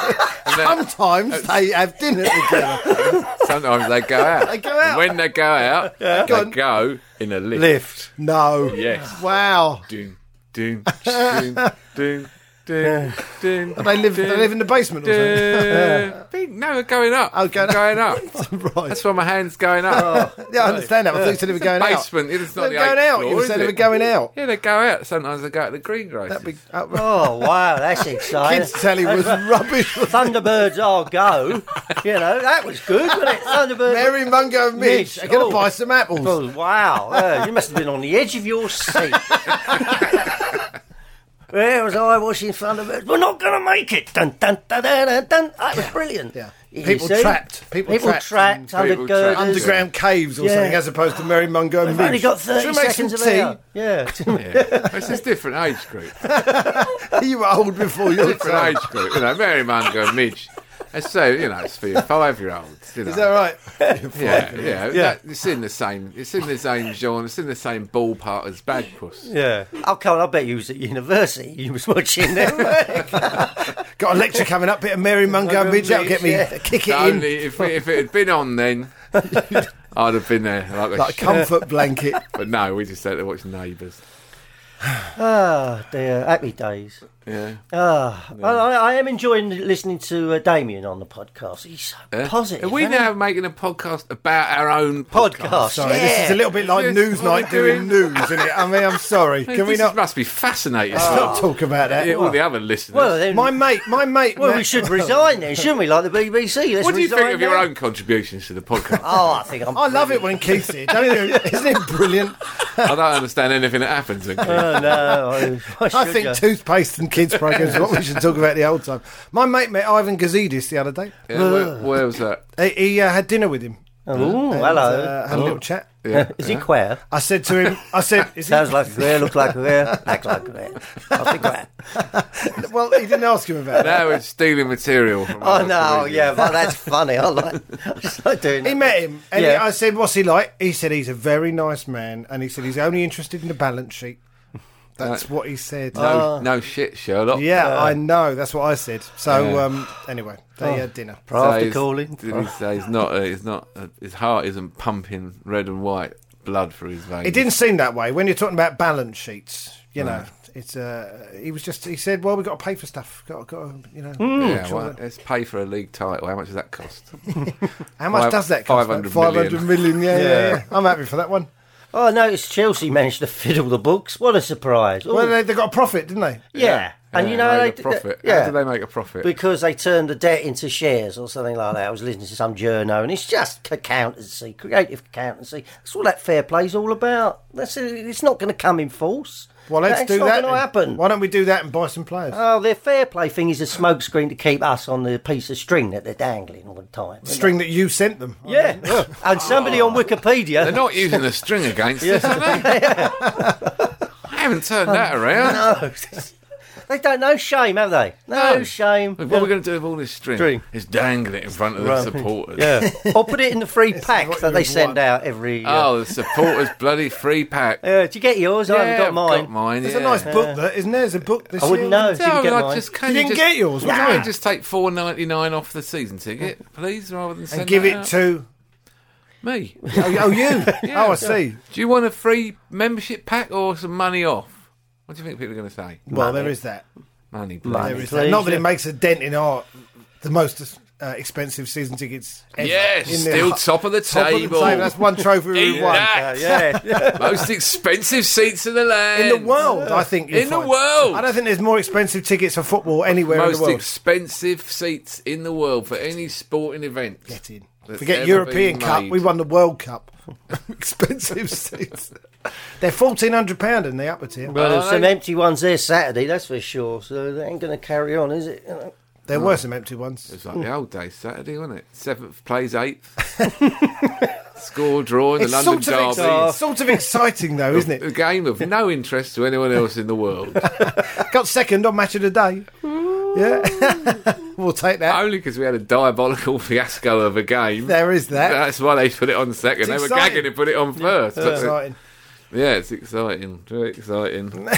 [SPEAKER 2] (laughs)
[SPEAKER 4] (laughs) Sometimes they have dinner together.
[SPEAKER 2] Sometimes they go out.
[SPEAKER 4] (laughs) They go out.
[SPEAKER 2] And when they go
[SPEAKER 4] (laughs)
[SPEAKER 2] out,
[SPEAKER 4] Go
[SPEAKER 2] they
[SPEAKER 4] on.
[SPEAKER 2] go in a lift.
[SPEAKER 3] Lift.
[SPEAKER 4] No.
[SPEAKER 2] Yes.
[SPEAKER 4] Wow.
[SPEAKER 2] Doom, doom,
[SPEAKER 4] (laughs)
[SPEAKER 2] doom, doom, doom, doom.
[SPEAKER 4] They live. They live in the (laughs) basement or something.
[SPEAKER 2] no, they're going up.
[SPEAKER 4] Oh, going
[SPEAKER 2] They're going (laughs)
[SPEAKER 4] (laughs)
[SPEAKER 2] up.
[SPEAKER 4] Right.
[SPEAKER 2] That's why my hand's going up.
[SPEAKER 4] Yeah, I understand that. I thought you said they were going out.
[SPEAKER 2] Basement. It's not
[SPEAKER 4] They're
[SPEAKER 2] the eighth
[SPEAKER 4] going out.
[SPEAKER 2] floor,
[SPEAKER 4] You
[SPEAKER 2] is
[SPEAKER 4] said they
[SPEAKER 2] it?
[SPEAKER 4] were going out.
[SPEAKER 2] Yeah, they go out. Sometimes they go out to the greengrocer's. (laughs)
[SPEAKER 4] That'd be. Oh,
[SPEAKER 3] (laughs) (laughs)
[SPEAKER 4] right.
[SPEAKER 3] Oh, wow, that's exciting.
[SPEAKER 4] Kids
[SPEAKER 3] (laughs)
[SPEAKER 4] telly was rubbish.
[SPEAKER 3] Thunderbirds all go. You know, that was good, wasn't
[SPEAKER 4] (laughs)
[SPEAKER 3] it? Thunderbirds.
[SPEAKER 4] Mary Mungo and Mitch are going
[SPEAKER 3] Oh.
[SPEAKER 4] to buy some apples.
[SPEAKER 3] Oh, wow. Uh, you must have been on the edge of your seat.
[SPEAKER 4] (laughs)
[SPEAKER 3] Where was I watching Thunderbirds? We're not going to make it. Dun, dun, dun, dun, dun, dun. That was brilliant.
[SPEAKER 4] Yeah.
[SPEAKER 3] You
[SPEAKER 4] People
[SPEAKER 3] see?
[SPEAKER 4] trapped. People trapped
[SPEAKER 3] trapped.
[SPEAKER 2] and people
[SPEAKER 3] undergirders.
[SPEAKER 2] trapped.
[SPEAKER 4] Underground caves or
[SPEAKER 3] Yeah.
[SPEAKER 4] something, as opposed to Mary Mungo and
[SPEAKER 3] We've only
[SPEAKER 4] Mitch.
[SPEAKER 3] got
[SPEAKER 4] Should
[SPEAKER 3] 30
[SPEAKER 4] we make
[SPEAKER 3] seconds of
[SPEAKER 4] some tea?
[SPEAKER 3] air. Yeah.
[SPEAKER 4] (laughs)
[SPEAKER 2] yeah. It's just different age group.
[SPEAKER 4] You were
[SPEAKER 2] (laughs)
[SPEAKER 4] old before your
[SPEAKER 2] Different
[SPEAKER 4] time.
[SPEAKER 2] age group. You know, Mary Mungo and Midge. And so, you know, it's for your five year olds. You know.
[SPEAKER 4] Is that right?
[SPEAKER 2] (laughs) Yeah, yeah. That, it's in the same. It's in the same genre. It's in the same ballpark as Bagpuss.
[SPEAKER 3] Yeah. Oh, come on, I bet you was at university. You was watching (laughs) them.
[SPEAKER 4] Got a lecture coming up. Bit of Mary Mungo and Mitch. That'll get me.
[SPEAKER 3] Yeah.
[SPEAKER 4] Kick it in.
[SPEAKER 2] Only if it, if it had been on
[SPEAKER 4] (laughs)
[SPEAKER 2] then, I'd have been there. Like a
[SPEAKER 4] Like a
[SPEAKER 2] sh-
[SPEAKER 4] comfort blanket.
[SPEAKER 2] but no, we just had to watch Neighbours.
[SPEAKER 3] oh, dear. Happy days.
[SPEAKER 2] Yeah.
[SPEAKER 3] Ah, well, I, I am enjoying listening to uh, Damien on the podcast. He's so
[SPEAKER 2] Yeah.
[SPEAKER 3] positive.
[SPEAKER 2] Eh? Are we
[SPEAKER 3] isn't he?
[SPEAKER 2] now making a podcast about our own
[SPEAKER 3] podcast?
[SPEAKER 4] Sorry,
[SPEAKER 3] yeah.
[SPEAKER 4] this is a little bit like
[SPEAKER 2] Yes, what are
[SPEAKER 4] Newsnight
[SPEAKER 2] we
[SPEAKER 4] doing
[SPEAKER 2] doing?
[SPEAKER 4] news, isn't it? I mean, I'm sorry.
[SPEAKER 2] Hey,
[SPEAKER 4] Can we
[SPEAKER 2] this
[SPEAKER 4] not, Oh.
[SPEAKER 2] Must be fascinating.
[SPEAKER 4] not talk about that?
[SPEAKER 2] Yeah, all the other listeners.
[SPEAKER 3] Uh, well, then,
[SPEAKER 4] My mate, my mate.
[SPEAKER 3] well,
[SPEAKER 4] Matt-
[SPEAKER 3] we should resign then, shouldn't we? Like the BBC. Let's
[SPEAKER 2] what do you
[SPEAKER 3] resign
[SPEAKER 2] think of your
[SPEAKER 3] now.
[SPEAKER 2] own contributions to the podcast?
[SPEAKER 3] (laughs) Oh, I think
[SPEAKER 2] (laughs)
[SPEAKER 3] I'm.
[SPEAKER 4] I love it when Keith's here, don't
[SPEAKER 3] (laughs)
[SPEAKER 4] you? Isn't it brilliant?
[SPEAKER 2] I don't understand anything that happens. in here.
[SPEAKER 3] Oh, no, I,
[SPEAKER 4] I think toothpaste and kids' programs is what we should talk about the old time. My mate met Ivan Gazidis the other day.
[SPEAKER 2] Yeah, where, where was
[SPEAKER 3] (laughs)
[SPEAKER 2] that?
[SPEAKER 4] He, he uh, had dinner with him.
[SPEAKER 3] Ooh,
[SPEAKER 4] and,
[SPEAKER 3] hello.
[SPEAKER 4] uh,
[SPEAKER 2] Oh.
[SPEAKER 4] had a little chat.
[SPEAKER 2] Yeah.
[SPEAKER 3] is
[SPEAKER 2] (laughs)
[SPEAKER 3] he queer?
[SPEAKER 4] I said to him, I said, is he,
[SPEAKER 3] Sounds like queer. Look like queer. Act like
[SPEAKER 2] (laughs)
[SPEAKER 3] queer. I think queer.
[SPEAKER 4] (laughs) well, he didn't ask him about that.
[SPEAKER 2] Now it's stealing material. From
[SPEAKER 3] Oh
[SPEAKER 2] other
[SPEAKER 3] no,
[SPEAKER 2] comedians.
[SPEAKER 3] yeah,
[SPEAKER 2] (laughs)
[SPEAKER 3] but that's funny. I like. I just like doing.
[SPEAKER 4] He
[SPEAKER 3] that.
[SPEAKER 4] met him, and
[SPEAKER 3] Yeah.
[SPEAKER 4] I said, "What's he like?" He said, "He's a very nice man," and he said, "He's only interested in the balance sheet." That's what he said. Oh,
[SPEAKER 3] uh,
[SPEAKER 2] No, no shit, Sherlock.
[SPEAKER 4] Yeah, I know. That's what I said. So um, anyway, they had dinner.
[SPEAKER 2] So
[SPEAKER 3] After
[SPEAKER 2] he's-
[SPEAKER 3] calling.
[SPEAKER 2] Did he say he's not? Uh, he's not. Uh, his heart isn't pumping red and white blood through his veins.
[SPEAKER 4] It didn't seem that way when you're talking about balance sheets. You know, it's uh, he was just he said, "Well, we've got to pay for stuff. Got, got to, you know,
[SPEAKER 2] Hmm. Yeah, well, let's pay for a league title. How much does that cost?
[SPEAKER 4] how much
[SPEAKER 2] Five-
[SPEAKER 4] does that cost?
[SPEAKER 2] 500
[SPEAKER 4] Five hundred million. Yeah, yeah,
[SPEAKER 3] Yeah.
[SPEAKER 4] yeah. I'm happy for that one.
[SPEAKER 3] Oh, I noticed Chelsea managed to (laughs) fiddle the books. What a surprise!
[SPEAKER 4] Well,
[SPEAKER 3] Ooh,
[SPEAKER 4] they, they got a profit, didn't they?
[SPEAKER 3] yeah. and
[SPEAKER 2] Yeah,
[SPEAKER 3] you
[SPEAKER 2] make
[SPEAKER 3] know they
[SPEAKER 2] a
[SPEAKER 3] did-
[SPEAKER 2] profit.
[SPEAKER 3] Yeah,
[SPEAKER 2] How do they make a profit?
[SPEAKER 3] because they turned the debt into shares or something like that. I was listening to some journo, and it's just accountancy, creative accountancy. That's all that fair play's all about. That's it. It's not going to come in force.
[SPEAKER 4] Well, let's
[SPEAKER 3] That's
[SPEAKER 4] do
[SPEAKER 3] not
[SPEAKER 4] that.
[SPEAKER 3] going to
[SPEAKER 4] then.
[SPEAKER 3] happen.
[SPEAKER 4] Why don't we do that and buy some players?
[SPEAKER 3] Oh, their fair play thing is a smokescreen to keep us on the piece of string that they're dangling all the time.
[SPEAKER 4] String that you sent them.
[SPEAKER 3] Yeah, and somebody on Wikipedia.
[SPEAKER 2] They're not using the string against us, are they? I haven't turned that around.
[SPEAKER 3] Um, No, they don't know shame, have they? No,
[SPEAKER 2] No.
[SPEAKER 3] shame.
[SPEAKER 2] What are we going to do with all this string?
[SPEAKER 3] String.
[SPEAKER 2] It's dangling it in front of the
[SPEAKER 3] Right.
[SPEAKER 2] supporters.
[SPEAKER 3] Yeah, I'll put it in the free pack
[SPEAKER 4] what
[SPEAKER 3] that they
[SPEAKER 4] you'd
[SPEAKER 3] send
[SPEAKER 4] want.
[SPEAKER 3] out every. Uh,
[SPEAKER 2] Oh, the supporters' bloody free pack.
[SPEAKER 3] uh, do you get yours? I
[SPEAKER 2] Yeah,
[SPEAKER 3] haven't got
[SPEAKER 2] I've
[SPEAKER 3] mine.
[SPEAKER 2] Got mine.
[SPEAKER 4] There's
[SPEAKER 2] yeah.
[SPEAKER 4] a nice book there, isn't there? There's a book this
[SPEAKER 3] I wouldn't
[SPEAKER 4] year.
[SPEAKER 3] know.
[SPEAKER 2] No,
[SPEAKER 3] Didn't get
[SPEAKER 2] I
[SPEAKER 3] mine.
[SPEAKER 2] just can't
[SPEAKER 4] You
[SPEAKER 2] you
[SPEAKER 4] didn't
[SPEAKER 2] just-
[SPEAKER 4] get yours, what do
[SPEAKER 2] No,
[SPEAKER 4] you mean?
[SPEAKER 2] just take four ninety nine off the season ticket, please, rather than send
[SPEAKER 4] And give
[SPEAKER 2] that
[SPEAKER 4] it
[SPEAKER 2] out.
[SPEAKER 4] to.
[SPEAKER 2] me.
[SPEAKER 4] Oh, oh, you?
[SPEAKER 2] (laughs)
[SPEAKER 4] oh, I see.
[SPEAKER 2] Do you want a free membership pack or some money off? What do you think people are going to say?
[SPEAKER 4] Well, there is that.
[SPEAKER 2] Money,
[SPEAKER 4] There
[SPEAKER 2] please.
[SPEAKER 3] Please,
[SPEAKER 4] is that. Not that
[SPEAKER 3] yeah.
[SPEAKER 4] it makes a dent in our the most uh, expensive season tickets. Ever
[SPEAKER 2] Yes,
[SPEAKER 4] in the-
[SPEAKER 2] still top of the
[SPEAKER 4] top of the
[SPEAKER 2] table.
[SPEAKER 4] That's one trophy we
[SPEAKER 2] Eat
[SPEAKER 4] won
[SPEAKER 2] that.
[SPEAKER 3] uh, (laughs) yeah,
[SPEAKER 2] Most expensive seats in the land.
[SPEAKER 4] in the world. I think you'll
[SPEAKER 2] In the
[SPEAKER 4] find.
[SPEAKER 2] world.
[SPEAKER 4] I don't think there's more expensive tickets for football anywhere in the
[SPEAKER 2] Most
[SPEAKER 4] world.
[SPEAKER 2] expensive seats in the world for any sporting event.
[SPEAKER 4] Get in.
[SPEAKER 2] that's
[SPEAKER 4] Forget
[SPEAKER 2] ever
[SPEAKER 4] European
[SPEAKER 2] been
[SPEAKER 4] Cup.
[SPEAKER 2] made.
[SPEAKER 4] We won the World Cup. (laughs) expensive seats. They're fourteen hundred pound in the upper tier.
[SPEAKER 3] Well, there's
[SPEAKER 2] Aye.
[SPEAKER 3] some empty ones there Saturday, that's for sure. So they ain't going to carry on, is it? You know?
[SPEAKER 4] There were some empty ones. (laughs)
[SPEAKER 2] It's like the old days, Saturday, wasn't it? Seventh plays eighth. score draw in the
[SPEAKER 4] It's
[SPEAKER 2] London
[SPEAKER 4] sort of, ex-
[SPEAKER 2] Derby.
[SPEAKER 3] Oh.
[SPEAKER 4] it's sort of exciting, though, isn't
[SPEAKER 2] A (laughs)
[SPEAKER 4] it?
[SPEAKER 2] game of no interest to anyone else in the
[SPEAKER 4] (laughs)
[SPEAKER 2] world.
[SPEAKER 4] Got second on match of the day. Yeah, (laughs) we'll take that.
[SPEAKER 2] Only because we had a diabolical (laughs) fiasco of a game.
[SPEAKER 4] There is that.
[SPEAKER 2] That's why they put it on second.
[SPEAKER 4] It's
[SPEAKER 2] they were
[SPEAKER 4] exciting.
[SPEAKER 2] gagging to put it on first.
[SPEAKER 4] That's
[SPEAKER 2] But-
[SPEAKER 4] exciting.
[SPEAKER 2] yeah, it's exciting. Very
[SPEAKER 4] (laughs)
[SPEAKER 2] exciting.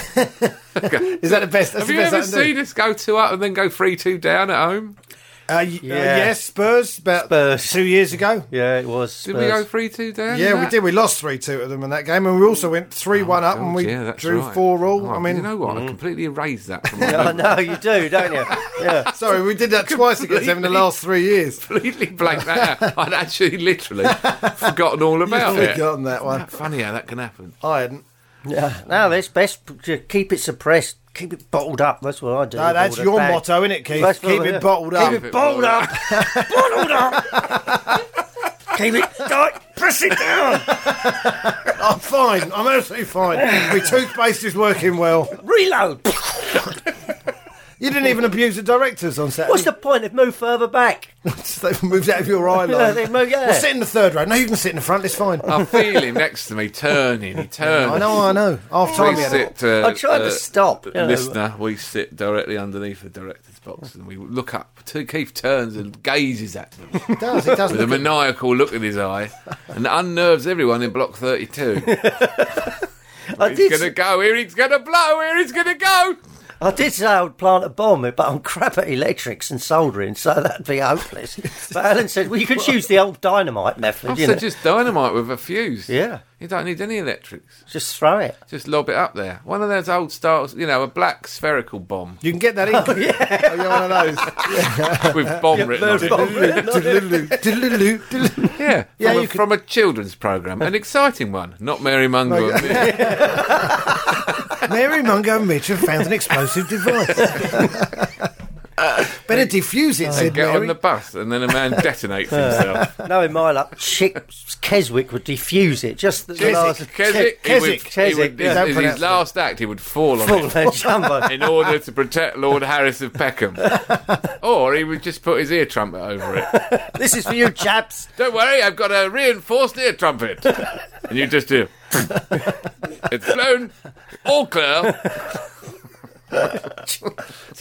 [SPEAKER 4] Is that the best? That's
[SPEAKER 2] Have
[SPEAKER 4] the
[SPEAKER 2] you
[SPEAKER 4] best
[SPEAKER 2] ever
[SPEAKER 4] I can do.
[SPEAKER 2] seen us go two up and then go three two down at home?
[SPEAKER 4] Uh, y- uh, yes, Spurs about
[SPEAKER 3] Spurs.
[SPEAKER 4] two years ago.
[SPEAKER 3] Yeah, it was.
[SPEAKER 2] Did we go
[SPEAKER 3] Spurs.
[SPEAKER 2] three two down? in
[SPEAKER 4] Yeah, we
[SPEAKER 2] that? Oh,
[SPEAKER 4] did. We lost three two to them in that game, and we also went three one up, and
[SPEAKER 2] God,
[SPEAKER 4] we
[SPEAKER 2] yeah, that's
[SPEAKER 4] drew
[SPEAKER 2] right.
[SPEAKER 4] four all.
[SPEAKER 2] Oh,
[SPEAKER 4] I mean, Mm.
[SPEAKER 2] you know what? I completely erased that.
[SPEAKER 4] (laughs)
[SPEAKER 2] From my
[SPEAKER 3] (laughs) I
[SPEAKER 2] memory.
[SPEAKER 3] know you do, don't you? Yeah.
[SPEAKER 4] sorry, we did that twice against them in the last three years.
[SPEAKER 2] (laughs) completely blanked that out. I'd actually
[SPEAKER 4] (laughs)
[SPEAKER 2] literally forgotten all about
[SPEAKER 4] We've
[SPEAKER 2] it.
[SPEAKER 4] gotten that one.
[SPEAKER 2] Isn't that funny how that can happen.
[SPEAKER 4] I hadn't.
[SPEAKER 3] yeah. No, that's best. to Keep it suppressed. Keep it bottled up. That's what I do.
[SPEAKER 4] No, Uh, that's
[SPEAKER 3] Bottle it
[SPEAKER 4] your
[SPEAKER 3] back.
[SPEAKER 4] motto, isn't it, Keith?
[SPEAKER 3] That's
[SPEAKER 4] Keep
[SPEAKER 3] what-
[SPEAKER 4] it bottled up.
[SPEAKER 3] Keep it bottled up. bottled up. Keep (laughs) it tight. oh, Press it down.
[SPEAKER 4] I'm fine. I'm absolutely
[SPEAKER 3] (sighs)
[SPEAKER 4] fine. My toothpaste is working well.
[SPEAKER 3] Reload.
[SPEAKER 4] You didn't even abuse the directors on Saturday.
[SPEAKER 3] What's
[SPEAKER 4] (laughs)
[SPEAKER 3] the point? They've moved further back.
[SPEAKER 4] They've moved out of your eye
[SPEAKER 3] Yeah,
[SPEAKER 4] line.
[SPEAKER 3] they've moved- yeah.
[SPEAKER 4] Well, sit in the third row. No, you can sit in the front. It's fine.
[SPEAKER 2] I feel him next to me turning. He
[SPEAKER 4] (laughs)
[SPEAKER 2] turns.
[SPEAKER 4] I know, I know. Half time
[SPEAKER 2] we
[SPEAKER 4] we had it.
[SPEAKER 2] sit, uh,
[SPEAKER 3] I tried
[SPEAKER 2] uh,
[SPEAKER 3] to stop. you know.
[SPEAKER 2] listener, we sit directly underneath the director's
[SPEAKER 4] (laughs)
[SPEAKER 2] box and we look up. T- Keith turns and gazes at them
[SPEAKER 4] (laughs) It does. It does.
[SPEAKER 2] with a maniacal look in his eye and unnerves everyone in block 32.
[SPEAKER 3] I
[SPEAKER 2] he's
[SPEAKER 3] did.
[SPEAKER 2] going to go here, he's going to blow here, he's going to go.
[SPEAKER 3] I did say I would plant a bomb, but I'm crap at electrics and soldering, so that'd be hopeless. but Alan said, "Well, you could use the old dynamite method.
[SPEAKER 2] I
[SPEAKER 3] you
[SPEAKER 2] said
[SPEAKER 3] know.
[SPEAKER 2] just dynamite with a fuse.
[SPEAKER 3] Yeah.
[SPEAKER 2] You don't need any electrics.
[SPEAKER 3] just throw it."
[SPEAKER 2] Just lob it up there. One of those old styles, you know, a black spherical
[SPEAKER 4] (laughs)
[SPEAKER 2] bomb
[SPEAKER 4] You can get
[SPEAKER 3] Oh,
[SPEAKER 4] that in. yeah. you're one of those.
[SPEAKER 2] with bomb written on it.
[SPEAKER 4] Diddle-doo, diddle-doo.
[SPEAKER 2] Yeah, from,
[SPEAKER 4] Yeah,
[SPEAKER 2] a,
[SPEAKER 4] you could-
[SPEAKER 2] from a children's program, an exciting one, not Mary Mungo. and me.
[SPEAKER 4] (laughs) Mary Mungo Mitchell found an
[SPEAKER 2] (laughs)
[SPEAKER 4] explosive device. Better defuse it, said
[SPEAKER 2] Get
[SPEAKER 4] Mary.
[SPEAKER 2] on the bus, and then a man detonates
[SPEAKER 4] (laughs)
[SPEAKER 2] himself.
[SPEAKER 3] Knowing my luck, Chick Keswick would defuse it. Just the
[SPEAKER 4] Keswick.
[SPEAKER 3] last
[SPEAKER 2] Keswick, he would,
[SPEAKER 3] Keswick,
[SPEAKER 2] he would,
[SPEAKER 3] yeah.
[SPEAKER 2] in-
[SPEAKER 4] Don't
[SPEAKER 2] in
[SPEAKER 4] pronounce
[SPEAKER 2] his
[SPEAKER 4] it.
[SPEAKER 2] last act, he would fall on
[SPEAKER 3] full
[SPEAKER 2] it
[SPEAKER 3] of jumbo.
[SPEAKER 2] in order to protect Lord Harris of
[SPEAKER 4] (laughs)
[SPEAKER 2] Peckham, or he would just put his ear trumpet over it.
[SPEAKER 3] this is for you, chaps.
[SPEAKER 2] Don't worry, I've got a reinforced ear trumpet, and you just
[SPEAKER 4] (laughs)
[SPEAKER 2] do. it's blown, all clear.
[SPEAKER 4] So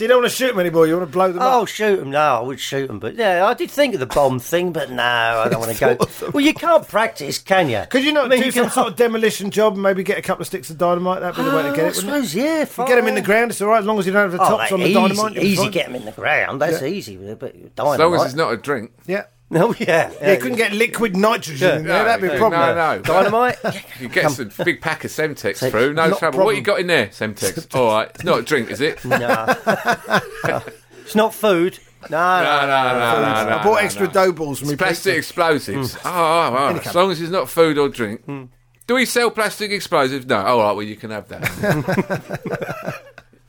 [SPEAKER 4] you don't want to shoot them anymore. You want to blow them
[SPEAKER 3] Oh,
[SPEAKER 4] up.
[SPEAKER 3] shoot 'em. No, I would shoot 'em, But yeah, I did think of the bomb thing, but no, I don't want to go. Well, you can't practice, can you?
[SPEAKER 4] Could you not
[SPEAKER 3] I mean,
[SPEAKER 4] do
[SPEAKER 3] you
[SPEAKER 4] some
[SPEAKER 3] can-
[SPEAKER 4] sort of demolition job and maybe get a couple of sticks of dynamite? That'd be the way to
[SPEAKER 3] Oh,
[SPEAKER 4] get
[SPEAKER 3] I
[SPEAKER 4] it. wouldn't it?
[SPEAKER 3] suppose, yeah.
[SPEAKER 4] You get them in the ground. It's all right as long as you don't have the
[SPEAKER 3] Oh,
[SPEAKER 4] tops
[SPEAKER 3] like,
[SPEAKER 4] on the
[SPEAKER 3] easy,
[SPEAKER 4] dynamite. you'll be
[SPEAKER 3] easy
[SPEAKER 4] fine.
[SPEAKER 3] get them in the ground. That's easy, but dynamite.
[SPEAKER 2] As long as it's not a drink.
[SPEAKER 4] Yeah.
[SPEAKER 3] No, (laughs) yeah.
[SPEAKER 4] Yeah, you couldn't get liquid nitrogen in there.
[SPEAKER 2] No,
[SPEAKER 4] That'd be a
[SPEAKER 2] no,
[SPEAKER 4] problem.
[SPEAKER 2] No, no.
[SPEAKER 3] dynamite.
[SPEAKER 2] (laughs)
[SPEAKER 3] (laughs)
[SPEAKER 2] You get some big pack of Semtex
[SPEAKER 3] Semtex.
[SPEAKER 2] through, no
[SPEAKER 4] Not
[SPEAKER 2] trouble. What
[SPEAKER 4] problem.
[SPEAKER 2] you got in there, Semtex? All right, it's not a drink, is
[SPEAKER 4] (laughs)
[SPEAKER 2] it? No, no,
[SPEAKER 3] (laughs) it's not food. No,
[SPEAKER 2] no, no,
[SPEAKER 3] no.
[SPEAKER 2] no,
[SPEAKER 4] I bought
[SPEAKER 2] no,
[SPEAKER 4] extra
[SPEAKER 2] no.
[SPEAKER 4] dough balls. when
[SPEAKER 2] It's
[SPEAKER 4] we
[SPEAKER 2] plastic
[SPEAKER 4] picked
[SPEAKER 2] explosives. Oh, all right. As long as it's not food or drink. Do we sell plastic explosives? No. All right. Well, you can have that.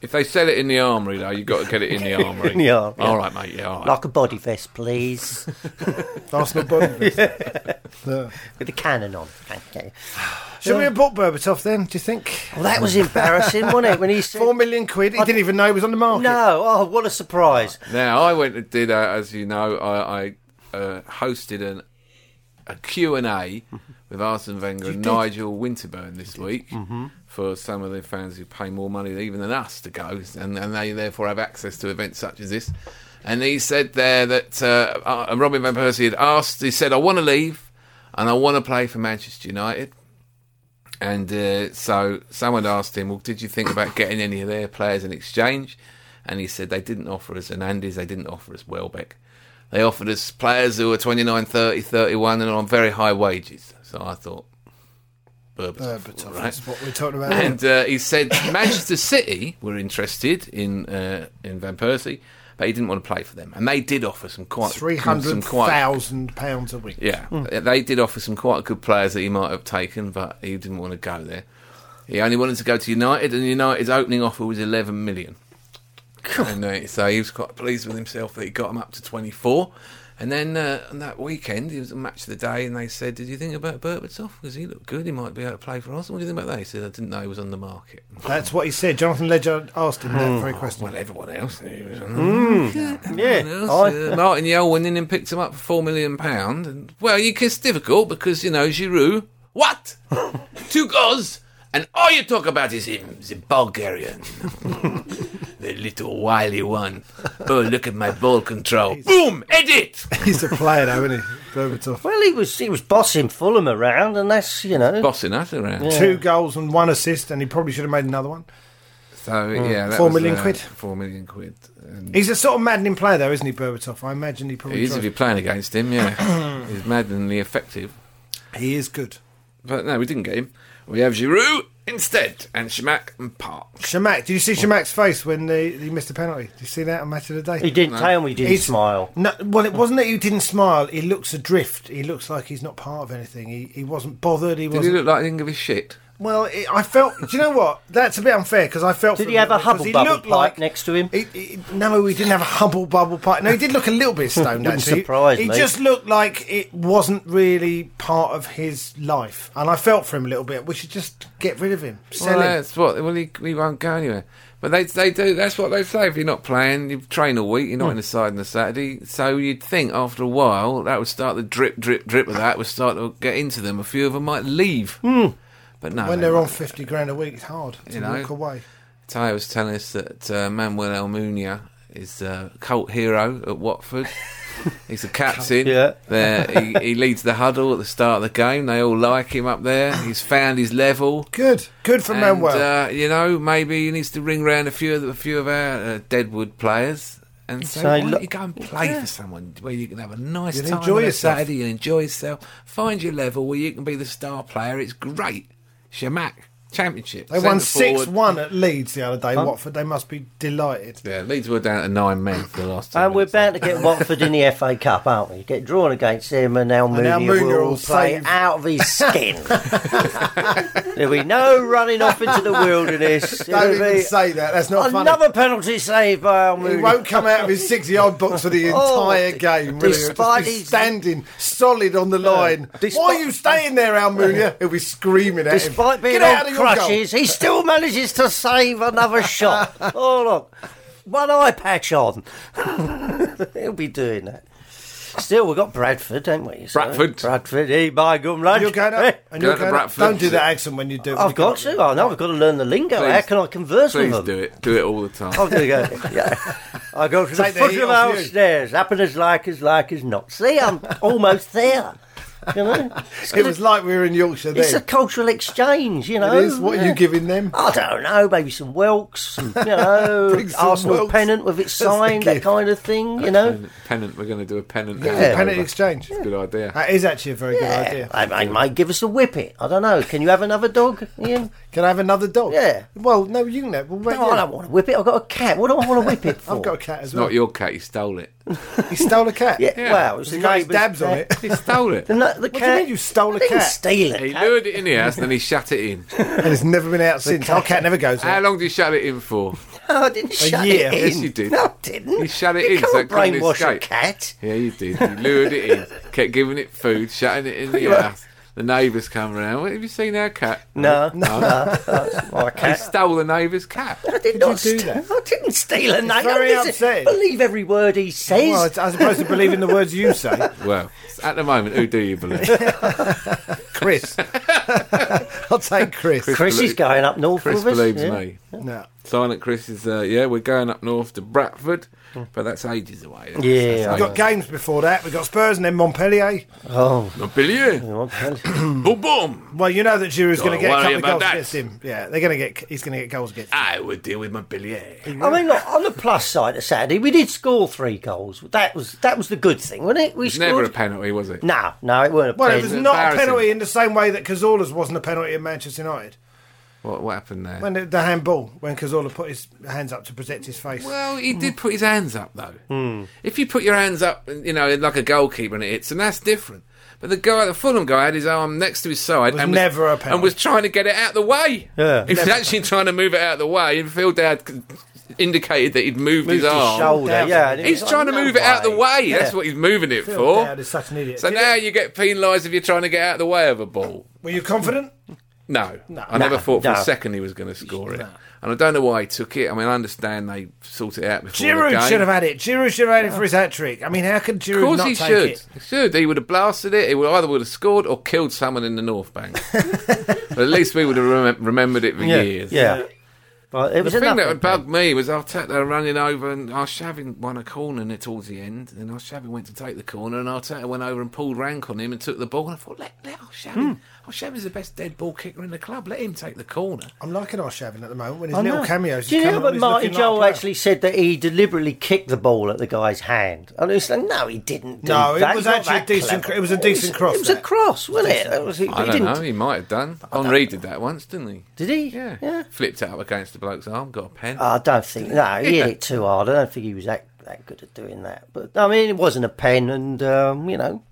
[SPEAKER 2] if they sell it in the armory, though, you've got to get it in the armory.
[SPEAKER 3] In the armory.
[SPEAKER 2] All right, mate. Yeah. All right.
[SPEAKER 3] Like a body vest, please,
[SPEAKER 4] them. Arsenal body.
[SPEAKER 2] (laughs)
[SPEAKER 4] Yeah.
[SPEAKER 3] with a cannon on. Thank you.
[SPEAKER 4] Should we have bought Berbatov then? Do you think?
[SPEAKER 3] Well, that was
[SPEAKER 4] (laughs)
[SPEAKER 3] embarrassing, wasn't it? When he said,
[SPEAKER 4] Four million quid. He didn't even know he was on the market.
[SPEAKER 3] "No, oh, what a surprise!"
[SPEAKER 2] Now I went and did, uh, as you know, I, I uh, hosted an a Q and A with Arsene Wenger and Nigel Winterburn this week for some of the fans who pay more money even than us to go, and, and they therefore have access to events such as this. And he said there that uh, uh, Robin van Persie had asked. He said, "I want to leave, and I want to play for Manchester United." And uh, so someone asked him, "Well, did you think about getting any of their players in exchange?" And he said they didn't offer us Hernandez, they didn't offer us Welbeck. They offered us players who were 29, 30, 31 and on very high wages. So I thought Berbatov,
[SPEAKER 4] Berbatov.
[SPEAKER 2] right?
[SPEAKER 4] That's what we're talking about.
[SPEAKER 2] And uh, he said Manchester City were interested in uh, in Van Persie, but he didn't want to play for them. And they did offer some quite
[SPEAKER 4] Three
[SPEAKER 2] some
[SPEAKER 4] hundred
[SPEAKER 2] quite
[SPEAKER 4] thousand pounds a week.
[SPEAKER 2] yeah, they did offer some quite good players that he might have taken, but he didn't want to go there. He only wanted to go to United, and United's opening offer was 11 million. And, uh, so he was quite pleased with himself that he got him up to 24. And then uh, on that weekend, it was a match of the day, and they said, "Did you think about Berbatov? Because he looked good. He might be able to play for Arsenal. What do you think about that?" He said, "I didn't know he was on the market." (laughs)
[SPEAKER 4] That's what he said. Jonathan Ledger asked him that very question.
[SPEAKER 2] Well, everyone else knew he was on the
[SPEAKER 4] Mm.
[SPEAKER 2] Everyone
[SPEAKER 3] Oh,
[SPEAKER 2] else, uh, Martin Yell went in and picked him up for four million pound. And well, you kiss difficult because you know Giroud. What? Two goals, and all you talk about is him, the Bulgarian, the little wily one. Oh, look at my ball control! Boom, edit.
[SPEAKER 4] He's a player, though, isn't he? Berbatov.
[SPEAKER 3] Well, he was he was bossing Fulham around, and that's you know
[SPEAKER 2] Bossing us around.
[SPEAKER 4] Two goals and one assist, and he probably should have made another one.
[SPEAKER 2] So yeah, that
[SPEAKER 4] Four
[SPEAKER 2] was,
[SPEAKER 4] million
[SPEAKER 2] uh,
[SPEAKER 4] quid.
[SPEAKER 2] Four million quid. And
[SPEAKER 4] He's a sort of maddening player, though, isn't he, Berbatov? I imagine he probably
[SPEAKER 2] he is if
[SPEAKER 4] tries-
[SPEAKER 2] you're playing against him. Yeah, he's maddeningly effective.
[SPEAKER 4] He is good.
[SPEAKER 2] But no, we didn't get him. We have Giroud instead, and Shamak and Park.
[SPEAKER 4] Shamak, did you see Shamak's face when they, he missed a penalty? Did you see that on Match of the Day?
[SPEAKER 3] he didn't tell me he didn't
[SPEAKER 4] (laughs) He's-
[SPEAKER 3] smile.
[SPEAKER 4] No, well, it wasn't that he didn't smile. He looks adrift. He looks like he's not part of anything. He, he wasn't bothered. He
[SPEAKER 2] Did he
[SPEAKER 4] wasn't.
[SPEAKER 2] look like he didn't give a shit?
[SPEAKER 4] well, it, I felt. do you know what? That's a bit unfair because I felt.
[SPEAKER 3] Did
[SPEAKER 4] for
[SPEAKER 3] he have
[SPEAKER 4] him
[SPEAKER 3] a
[SPEAKER 4] because
[SPEAKER 3] hubble
[SPEAKER 4] he
[SPEAKER 3] bubble
[SPEAKER 4] looked
[SPEAKER 3] pipe
[SPEAKER 4] like-
[SPEAKER 3] next to him?
[SPEAKER 4] He, he, no, he didn't have a hubble bubble pipe. No, he did look a little bit stoned.
[SPEAKER 3] Wouldn't
[SPEAKER 4] actually,
[SPEAKER 3] surprise
[SPEAKER 4] he
[SPEAKER 3] me.
[SPEAKER 4] just looked like it wasn't really part of his life, and I felt for him a little bit. We should just get rid of him, sell
[SPEAKER 2] Well,
[SPEAKER 4] him.
[SPEAKER 2] that's what. Well, he, he won't go anywhere. But they they do. That's what they say. If you're not playing, you train all week. You're
[SPEAKER 4] Hmm.
[SPEAKER 2] not in the side on the Saturday. So you'd think after a while that would start the drip, drip, drip of that would start to get into them. A few of them might leave. But no,
[SPEAKER 4] Hmm. When
[SPEAKER 2] they
[SPEAKER 4] they're on
[SPEAKER 2] won't.
[SPEAKER 4] fifty grand a week, it's hard to
[SPEAKER 2] You know.
[SPEAKER 4] walk away.
[SPEAKER 2] Tayo was telling us that uh, Manuel Almunia is a cult hero at
[SPEAKER 4] (laughs)
[SPEAKER 2] Watford. He's the captain.
[SPEAKER 3] Yeah.
[SPEAKER 2] There, he, he leads the huddle at the start of the game. They all like him up there. He's found his level.
[SPEAKER 4] Good, good for
[SPEAKER 2] And,
[SPEAKER 4] Manuel.
[SPEAKER 2] Uh, you know, maybe he needs to ring round a few of the, a few of our uh, Deadwood players and say,
[SPEAKER 3] Say,
[SPEAKER 2] why
[SPEAKER 3] "Look-
[SPEAKER 2] don't you go and play for someone where you can have a nice
[SPEAKER 4] You'll
[SPEAKER 2] time
[SPEAKER 4] enjoy
[SPEAKER 2] on a
[SPEAKER 4] yourself."
[SPEAKER 2] Saturday, you enjoy yourself, find your level where you can be the star player. It's great. Shamak Championship.
[SPEAKER 4] They won
[SPEAKER 2] Centre-forward.
[SPEAKER 4] six one at Leeds the other day. Watford, they must be delighted.
[SPEAKER 2] Yeah, Leeds were down to nine men for the last. two
[SPEAKER 3] And we're
[SPEAKER 2] minutes.
[SPEAKER 3] bound to
[SPEAKER 4] (laughs)
[SPEAKER 3] get Watford in the FA Cup, aren't we? Get drawn against them, and now
[SPEAKER 4] now
[SPEAKER 3] Mooney
[SPEAKER 4] Mooney
[SPEAKER 3] will
[SPEAKER 4] will
[SPEAKER 3] play
[SPEAKER 4] save.
[SPEAKER 3] out of his
[SPEAKER 4] (laughs)
[SPEAKER 3] skin. There'll be no running off into the wilderness.
[SPEAKER 4] Don't
[SPEAKER 3] It'll
[SPEAKER 4] even
[SPEAKER 3] be
[SPEAKER 4] say that. That's not
[SPEAKER 3] another penalty saved by
[SPEAKER 4] funny. He
[SPEAKER 3] Mooney.
[SPEAKER 4] won't come out
[SPEAKER 3] (laughs)
[SPEAKER 4] of his sixty-yard box for the
[SPEAKER 3] Oh,
[SPEAKER 4] entire game. Really, He'll
[SPEAKER 3] despite
[SPEAKER 4] just be
[SPEAKER 3] his-
[SPEAKER 4] standing solid on the line.
[SPEAKER 3] Despite-
[SPEAKER 4] Why are you staying there, Almunia? He'll be screaming at him.
[SPEAKER 3] Despite being
[SPEAKER 4] Get out
[SPEAKER 3] on
[SPEAKER 4] of your goal."
[SPEAKER 3] crutches, he still manages to save
[SPEAKER 4] (laughs)
[SPEAKER 3] another shot. Oh look, one eye patch on. (laughs) He'll be doing that. Still, we've got Bradford, haven't we? So-
[SPEAKER 2] Bradford.
[SPEAKER 3] Bradford, he by gum lunch.
[SPEAKER 4] You're
[SPEAKER 3] (laughs)
[SPEAKER 4] going up. And you're
[SPEAKER 2] Go to
[SPEAKER 4] going up.
[SPEAKER 2] Bradford.
[SPEAKER 4] Don't do that accent when you do. when you
[SPEAKER 3] I've
[SPEAKER 4] go
[SPEAKER 3] got
[SPEAKER 4] up.
[SPEAKER 3] to. I know. I've got to learn the lingo. How
[SPEAKER 2] Please-
[SPEAKER 3] can I converse with
[SPEAKER 2] Please
[SPEAKER 3] them?
[SPEAKER 2] do it. Do it all the time.
[SPEAKER 4] Oh,
[SPEAKER 3] I'll
[SPEAKER 2] (laughs)
[SPEAKER 3] do go. Yeah. I go to the
[SPEAKER 4] Take the
[SPEAKER 3] foot
[SPEAKER 4] heat
[SPEAKER 3] of
[SPEAKER 4] off
[SPEAKER 3] our
[SPEAKER 4] you.
[SPEAKER 3] stairs. Happen as like as like as not. See,
[SPEAKER 4] (laughs)
[SPEAKER 3] I'm almost there. You know, it's,
[SPEAKER 4] It
[SPEAKER 3] gonna-
[SPEAKER 4] was like we were in Yorkshire
[SPEAKER 3] it's a
[SPEAKER 4] then.
[SPEAKER 3] cultural exchange. You know, (laughs)
[SPEAKER 4] It is. What are
[SPEAKER 3] Yeah.
[SPEAKER 4] you giving them?
[SPEAKER 3] I don't know, maybe some Welks, some, you know,
[SPEAKER 4] (laughs) Bring some
[SPEAKER 3] Arsenal
[SPEAKER 4] Welks.
[SPEAKER 3] pennant with its
[SPEAKER 4] (laughs) That's the
[SPEAKER 3] sign, that
[SPEAKER 4] gift.
[SPEAKER 3] kind of thing, you know.
[SPEAKER 2] Pennant. We're going to do a pennant.
[SPEAKER 4] Yeah,
[SPEAKER 2] handover.
[SPEAKER 4] Pennant exchange.
[SPEAKER 2] It's a good idea.
[SPEAKER 4] That is actually a very good
[SPEAKER 3] Yeah,
[SPEAKER 4] idea.
[SPEAKER 3] I, I might give us a whippet. I don't know. Can you have another dog,
[SPEAKER 4] (laughs)
[SPEAKER 3] Ian?
[SPEAKER 4] Can I have another dog?
[SPEAKER 3] Yeah.
[SPEAKER 4] Well, no, you can have. Well, wait,
[SPEAKER 3] No, I
[SPEAKER 4] yeah.
[SPEAKER 3] don't want a whippet. I've got a cat. What do I want a whippet for?
[SPEAKER 4] (laughs) I've got a cat as well.
[SPEAKER 2] Not your cat. He stole it.
[SPEAKER 4] He stole a
[SPEAKER 3] (laughs)
[SPEAKER 4] cat.
[SPEAKER 3] Yeah, well, it was
[SPEAKER 4] He's
[SPEAKER 3] the
[SPEAKER 4] got his
[SPEAKER 3] neighbour's
[SPEAKER 4] dabs on
[SPEAKER 3] cat. (laughs)
[SPEAKER 4] it.
[SPEAKER 2] He stole it.
[SPEAKER 4] (laughs)
[SPEAKER 3] The, no- the
[SPEAKER 4] What do
[SPEAKER 3] cat.
[SPEAKER 4] you mean you stole
[SPEAKER 3] I
[SPEAKER 4] a
[SPEAKER 3] didn't
[SPEAKER 4] cat?
[SPEAKER 3] steal it.
[SPEAKER 2] He lured it in the house and then he shut it in.
[SPEAKER 4] and it's never been out since. Our cat never goes
[SPEAKER 2] How
[SPEAKER 4] out.
[SPEAKER 2] long did you shut it in for?
[SPEAKER 3] No, Oh, I didn't shut
[SPEAKER 4] year.
[SPEAKER 3] it in.
[SPEAKER 2] Yes, you did.
[SPEAKER 3] No, I didn't.
[SPEAKER 2] You shut it
[SPEAKER 3] you
[SPEAKER 2] in
[SPEAKER 3] Can't
[SPEAKER 2] so it couldn't
[SPEAKER 3] brainwash a
[SPEAKER 2] escape.
[SPEAKER 3] cat.
[SPEAKER 2] Yeah, you did. You lured it in, kept giving it food, shutting it in the house. The neighbours come round. What have you seen our cat?
[SPEAKER 3] No, no, that's my
[SPEAKER 2] He
[SPEAKER 3] cat.
[SPEAKER 2] stole the neighbour's cat.
[SPEAKER 3] I did,
[SPEAKER 4] Did
[SPEAKER 3] not
[SPEAKER 4] you do
[SPEAKER 3] st-
[SPEAKER 4] that?
[SPEAKER 3] (laughs) I didn't steal a name.
[SPEAKER 4] very
[SPEAKER 3] Listen,
[SPEAKER 4] upsetting.
[SPEAKER 3] Believe every word he says.
[SPEAKER 4] Well, as opposed to believing the words
[SPEAKER 3] (laughs)
[SPEAKER 4] you say,
[SPEAKER 2] Well, at the moment, who do you believe?
[SPEAKER 4] Chris. (laughs) I'll take Chris.
[SPEAKER 3] Chris
[SPEAKER 2] belie-
[SPEAKER 3] is going up north
[SPEAKER 2] Chris
[SPEAKER 3] with us.
[SPEAKER 2] believes
[SPEAKER 3] yeah.
[SPEAKER 2] me.
[SPEAKER 4] No.
[SPEAKER 2] Silent Chris is, uh, yeah, we're going up north to Bratford, but that's ages away. That's-
[SPEAKER 3] Hmm. Yeah,
[SPEAKER 2] that's
[SPEAKER 3] I
[SPEAKER 4] We've got games before that. We've got Spurs and then Montpellier.
[SPEAKER 3] Oh,
[SPEAKER 2] Not Billy. Boom, boom.
[SPEAKER 4] Well, you know that Giroud's
[SPEAKER 2] Don't
[SPEAKER 4] going to get a
[SPEAKER 2] worry
[SPEAKER 4] couple of
[SPEAKER 2] about
[SPEAKER 4] goals
[SPEAKER 2] that.
[SPEAKER 4] against him. Yeah, they're going to get. He's going to get goals
[SPEAKER 3] Ah,
[SPEAKER 4] against. Him.
[SPEAKER 2] I would deal with my Billy.
[SPEAKER 3] I mean, look, on the plus side of Saturday, we did score three goals. That was that was the good thing, wasn't it? We
[SPEAKER 2] It's
[SPEAKER 3] scored.
[SPEAKER 2] never a penalty, was it?
[SPEAKER 3] no, no, it weren't a
[SPEAKER 4] Well, it
[SPEAKER 3] penalty.
[SPEAKER 4] was
[SPEAKER 2] It's
[SPEAKER 4] not a
[SPEAKER 2] embarrassing.
[SPEAKER 4] penalty in the same way that Cazorla's wasn't a penalty at Manchester United.
[SPEAKER 2] What, what happened there?
[SPEAKER 4] When the, the handball, when Cazorla put his hands up to protect his face.
[SPEAKER 2] Well, he did put his hands up though.
[SPEAKER 4] Hmm.
[SPEAKER 2] If you put your hands up, you know, like a goalkeeper and it hits, and that's different. But the guy, the Fulham guy, had his arm next to his side
[SPEAKER 4] Was
[SPEAKER 2] and
[SPEAKER 4] never a
[SPEAKER 2] was,
[SPEAKER 4] penalty.
[SPEAKER 2] and was trying to get it out of the way.
[SPEAKER 3] Yeah.
[SPEAKER 2] he was actually trying to move it out of the way. And Phil Dowd c- indicated that he'd moved, his
[SPEAKER 3] Moved his
[SPEAKER 2] arm.
[SPEAKER 3] shoulder, yeah, and it
[SPEAKER 2] he's
[SPEAKER 3] was
[SPEAKER 2] trying
[SPEAKER 3] like,
[SPEAKER 2] to
[SPEAKER 3] no
[SPEAKER 2] move it out of the way.
[SPEAKER 3] way.
[SPEAKER 2] That's
[SPEAKER 3] Yeah.
[SPEAKER 2] what he's moving it
[SPEAKER 4] Phil
[SPEAKER 2] for.
[SPEAKER 4] Dowd is such an idiot.
[SPEAKER 2] So
[SPEAKER 4] Did
[SPEAKER 2] now
[SPEAKER 4] it-
[SPEAKER 2] you get penalised if you're trying to get out of the way of a ball.
[SPEAKER 4] Were you confident?
[SPEAKER 2] No,
[SPEAKER 4] No.
[SPEAKER 2] I never
[SPEAKER 3] No,
[SPEAKER 2] thought for
[SPEAKER 3] no.
[SPEAKER 2] a second he was going to score it, and I don't know why he took it. I mean, I understand they sorted it out before the game.
[SPEAKER 4] Giroud should have had it. Giroud should have had it for his hat trick. I mean, how could
[SPEAKER 2] Of
[SPEAKER 4] Giroud
[SPEAKER 2] course
[SPEAKER 4] not
[SPEAKER 2] he
[SPEAKER 4] take
[SPEAKER 2] should.
[SPEAKER 4] it?
[SPEAKER 2] He should. He would have blasted it. He would either would have scored or killed someone in the North
[SPEAKER 3] (laughs)
[SPEAKER 2] Bank. but at least we would have remem- remembered it for
[SPEAKER 3] yeah,
[SPEAKER 2] years.
[SPEAKER 3] yeah. But it
[SPEAKER 2] The
[SPEAKER 3] was
[SPEAKER 2] thing
[SPEAKER 3] enough.
[SPEAKER 2] that bugged me was Arteta running over and Arshavin won a corner and it towards the end and Arshavin went to take the corner and Arteta went over and pulled rank on him and took the ball and I thought, let, let Arshavin,
[SPEAKER 3] Hmm.
[SPEAKER 2] Arshavin's the best dead ball kicker in the club, let him take the corner.
[SPEAKER 4] I'm liking our Shavin at the moment when his
[SPEAKER 3] I
[SPEAKER 4] little
[SPEAKER 3] know.
[SPEAKER 4] cameos.
[SPEAKER 3] Do you
[SPEAKER 4] he's
[SPEAKER 3] know
[SPEAKER 4] coming on,
[SPEAKER 3] that
[SPEAKER 4] he's
[SPEAKER 3] Martin
[SPEAKER 4] looking like a
[SPEAKER 3] Joel
[SPEAKER 4] player.
[SPEAKER 3] actually said that he deliberately kicked the ball at the guy's hand? And it's like, no, he didn't. Do
[SPEAKER 4] No, it
[SPEAKER 3] that.
[SPEAKER 4] was
[SPEAKER 3] He's not
[SPEAKER 4] actually
[SPEAKER 3] that
[SPEAKER 4] a decent
[SPEAKER 3] clever.
[SPEAKER 4] cr- it was a decent cross,
[SPEAKER 3] It was a
[SPEAKER 4] that.
[SPEAKER 3] cross, wasn't it? That was- he,
[SPEAKER 2] I
[SPEAKER 3] he
[SPEAKER 2] don't
[SPEAKER 3] didn't.
[SPEAKER 2] know, he might have done. Henri did that once, didn't he?
[SPEAKER 3] Did he?
[SPEAKER 2] Yeah.
[SPEAKER 3] Yeah. Ah.
[SPEAKER 2] Flipped it up against the bloke's arm, got a pen.
[SPEAKER 3] I don't think. No, he hit it too hard. I don't think he was that, that good at doing that. But I mean, it wasn't a pen, and um, you know,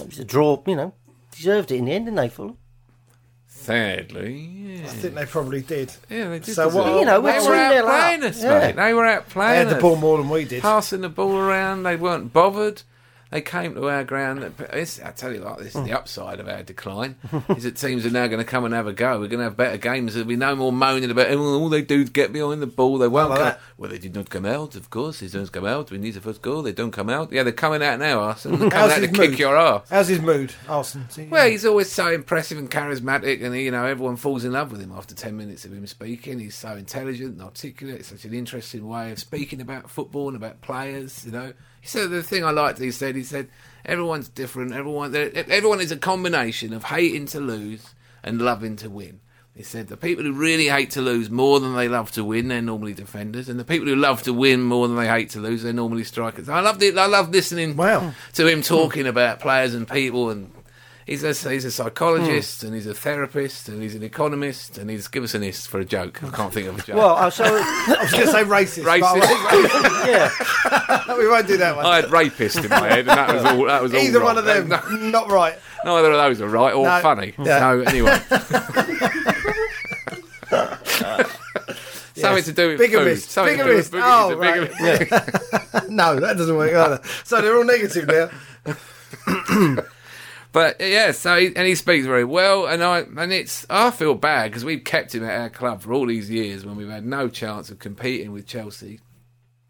[SPEAKER 3] it was a draw. You know, deserved it in the end, didn't they, Fulham?
[SPEAKER 2] Thirdly, yeah.
[SPEAKER 4] I think they probably did.
[SPEAKER 2] Yeah, they did.
[SPEAKER 4] So
[SPEAKER 2] deserve
[SPEAKER 4] what-
[SPEAKER 2] it.
[SPEAKER 4] You know,
[SPEAKER 2] they
[SPEAKER 3] we're
[SPEAKER 2] were
[SPEAKER 3] 2-0
[SPEAKER 2] out
[SPEAKER 3] up.
[SPEAKER 2] playing us,
[SPEAKER 3] Yeah.
[SPEAKER 2] mate. They were out
[SPEAKER 4] They
[SPEAKER 2] playing
[SPEAKER 4] had the
[SPEAKER 2] us.
[SPEAKER 4] ball more than we did.
[SPEAKER 2] passing the ball around. They weren't bothered. They came to our ground. It's, I tell you, like this, the upside of our
[SPEAKER 3] (laughs)
[SPEAKER 2] decline is that teams are now going to come and have a go. We're going to have better games. There'll be no more moaning about "Oh, all they do is get behind the ball. They won't.
[SPEAKER 4] like
[SPEAKER 2] come.
[SPEAKER 4] that.
[SPEAKER 2] Well, they did not come out. Of course, they don't come out. We need the first goal. They don't come out. Yeah, they're coming out now,
[SPEAKER 4] (laughs)
[SPEAKER 2] Arsenal. They're coming
[SPEAKER 4] How's
[SPEAKER 2] out to
[SPEAKER 4] his
[SPEAKER 2] kick
[SPEAKER 4] mood?
[SPEAKER 2] your ass.
[SPEAKER 4] How's his mood, Arson? See,
[SPEAKER 2] (laughs) Well, he's always so impressive and charismatic, and you know everyone falls in love with him after ten minutes of him speaking. He's so intelligent and articulate. Such an interesting way of speaking about football and about players. You know, he said the thing I liked. He said, he said, everyone's different. Everyone, everyone is a combination of hating to lose and loving to win. He said the people who really hate to lose more than they love to win, they're normally defenders, and the people who love to win more than they hate to lose, they're normally strikers. I love it. I love listening
[SPEAKER 4] Wow.
[SPEAKER 2] to him talking about players and people and he's a, he's a psychologist and he's a therapist and he's an economist and he's give us an ist for a joke I can't think of a joke
[SPEAKER 3] Well, I so
[SPEAKER 4] I was going to say racist. but I won't-
[SPEAKER 2] racist
[SPEAKER 3] (laughs) yeah.
[SPEAKER 4] we won't do that one.
[SPEAKER 2] (laughs) I had rapist in my head and that was all that was all
[SPEAKER 4] Either one
[SPEAKER 2] wrong.
[SPEAKER 4] of them,
[SPEAKER 2] No-
[SPEAKER 4] not right.
[SPEAKER 2] neither of those are right or
[SPEAKER 4] No.
[SPEAKER 2] funny
[SPEAKER 4] Yeah.
[SPEAKER 2] so
[SPEAKER 4] (laughs)
[SPEAKER 2] anyway (laughs) Something
[SPEAKER 4] Yes.
[SPEAKER 2] to do with
[SPEAKER 4] Bigamist.
[SPEAKER 2] food. Something to do
[SPEAKER 4] Bigamist.
[SPEAKER 2] with boogies and
[SPEAKER 4] Oh, right.
[SPEAKER 2] bigamist. (laughs)
[SPEAKER 4] No, that doesn't work either. So they're all negative now.
[SPEAKER 2] But uh, yeah, so he, and he speaks very well, and I and it's I feel bad because we've kept him at our club for all these years when we've had no chance of competing with Chelsea.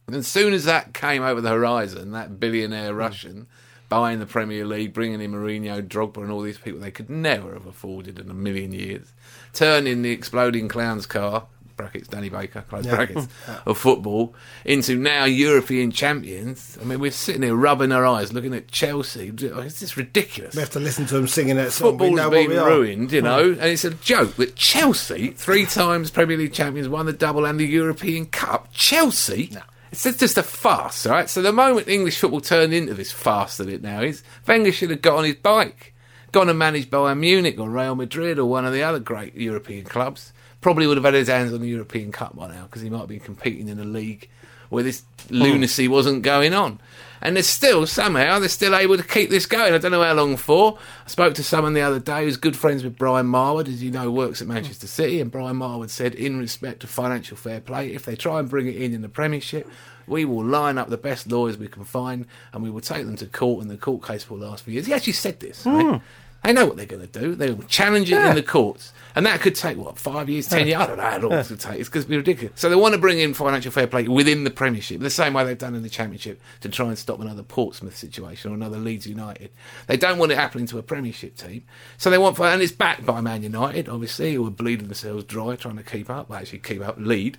[SPEAKER 2] And as soon as that came over the horizon, that billionaire Russian buying the Premier League, bringing in Mourinho, Drogba, and all these people they could never have afforded in a million years, turning the exploding clown's car brackets Danny Baker close brackets of football into now European champions. I mean, we're sitting there rubbing our eyes, looking at Chelsea. It's just ridiculous
[SPEAKER 4] We have to listen to them singing that song. we
[SPEAKER 2] football's
[SPEAKER 4] know what
[SPEAKER 2] been
[SPEAKER 4] we are.
[SPEAKER 2] ruined, you know, and it's a joke that Chelsea, three times Premier League champions, won the double and the European Cup. Chelsea? It's just- just a farce, all right? So the moment English football turned into this farce that it now is, Wenger should have got on his bike, gone and managed Bayern Munich or Real Madrid or one of the other great European clubs. Probably would have had his hands on the European Cup by now because he might have been competing in a league where this lunacy wasn't going on. And they're still, somehow, they're still able to keep this going. I don't know how long for. I spoke to someone the other day who's good friends with Brian Marwood, as you know, works at Manchester City. And Brian Marwood said, in respect to financial fair play, if they try and bring it in in the Premiership, we will line up the best lawyers we can find and we will take them to court, and the court case will last for years. He actually said this. Right? They know what they're going to do. They will challenge it in the courts. And that could take, what, five years, ten years? I don't know how long it could take. It's going to be ridiculous. So they want to bring in financial fair play within the Premiership, the same way they've done in the Championship, to try and stop another Portsmouth situation or another Leeds United. They don't want it happening to a Premiership team. So they want, and it's backed by Man United, obviously, who are bleeding themselves dry trying to keep up, well, actually keep up, lead.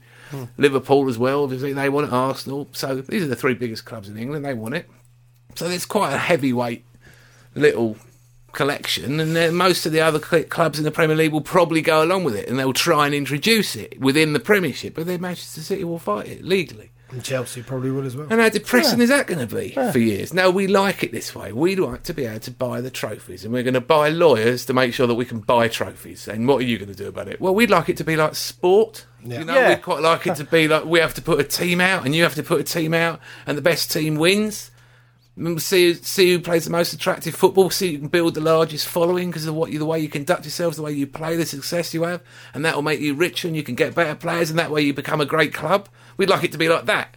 [SPEAKER 2] Liverpool as well, obviously, they want it. Arsenal. So these are the three biggest clubs in England. They want it. So there's quite a heavyweight little collection, and then most of the other cl- clubs in the Premier League will probably go along with it, and they'll try and introduce it within the Premiership. But then Manchester City will fight it legally.
[SPEAKER 4] And Chelsea probably will as well.
[SPEAKER 2] And how depressing is that going to be for years? No, we like it this way. We like to be able to buy the trophies, and we're going to buy lawyers to make sure that we can buy trophies. And what are you going to do about it? Well, we'd like it to be like sport. You know,
[SPEAKER 3] Yeah.
[SPEAKER 2] we'd quite like it to be like we have to put a team out, and you have to put a team out, and the best team wins. And we'll See, see who plays the most attractive football. See who can build the largest following because of what you, the way you conduct yourselves, the way you play, the success you have, and that will make you richer and you can get better players, and that way you become a great club. We'd like it to be like that.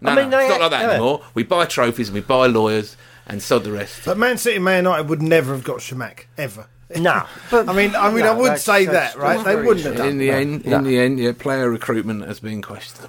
[SPEAKER 2] No,
[SPEAKER 4] I mean,
[SPEAKER 2] no,
[SPEAKER 4] they
[SPEAKER 2] it's not like that
[SPEAKER 4] had- yeah.
[SPEAKER 2] anymore. We buy trophies and we buy lawyers and sod the rest.
[SPEAKER 4] But Man City, and Man United would never have got Shamak ever. (laughs)
[SPEAKER 2] No.
[SPEAKER 4] I mean, I mean, I would say that, right? They wouldn't have done.
[SPEAKER 2] In the
[SPEAKER 4] that.
[SPEAKER 2] end, in the end, yeah, player recruitment has been
[SPEAKER 4] (laughs)
[SPEAKER 2] questioned.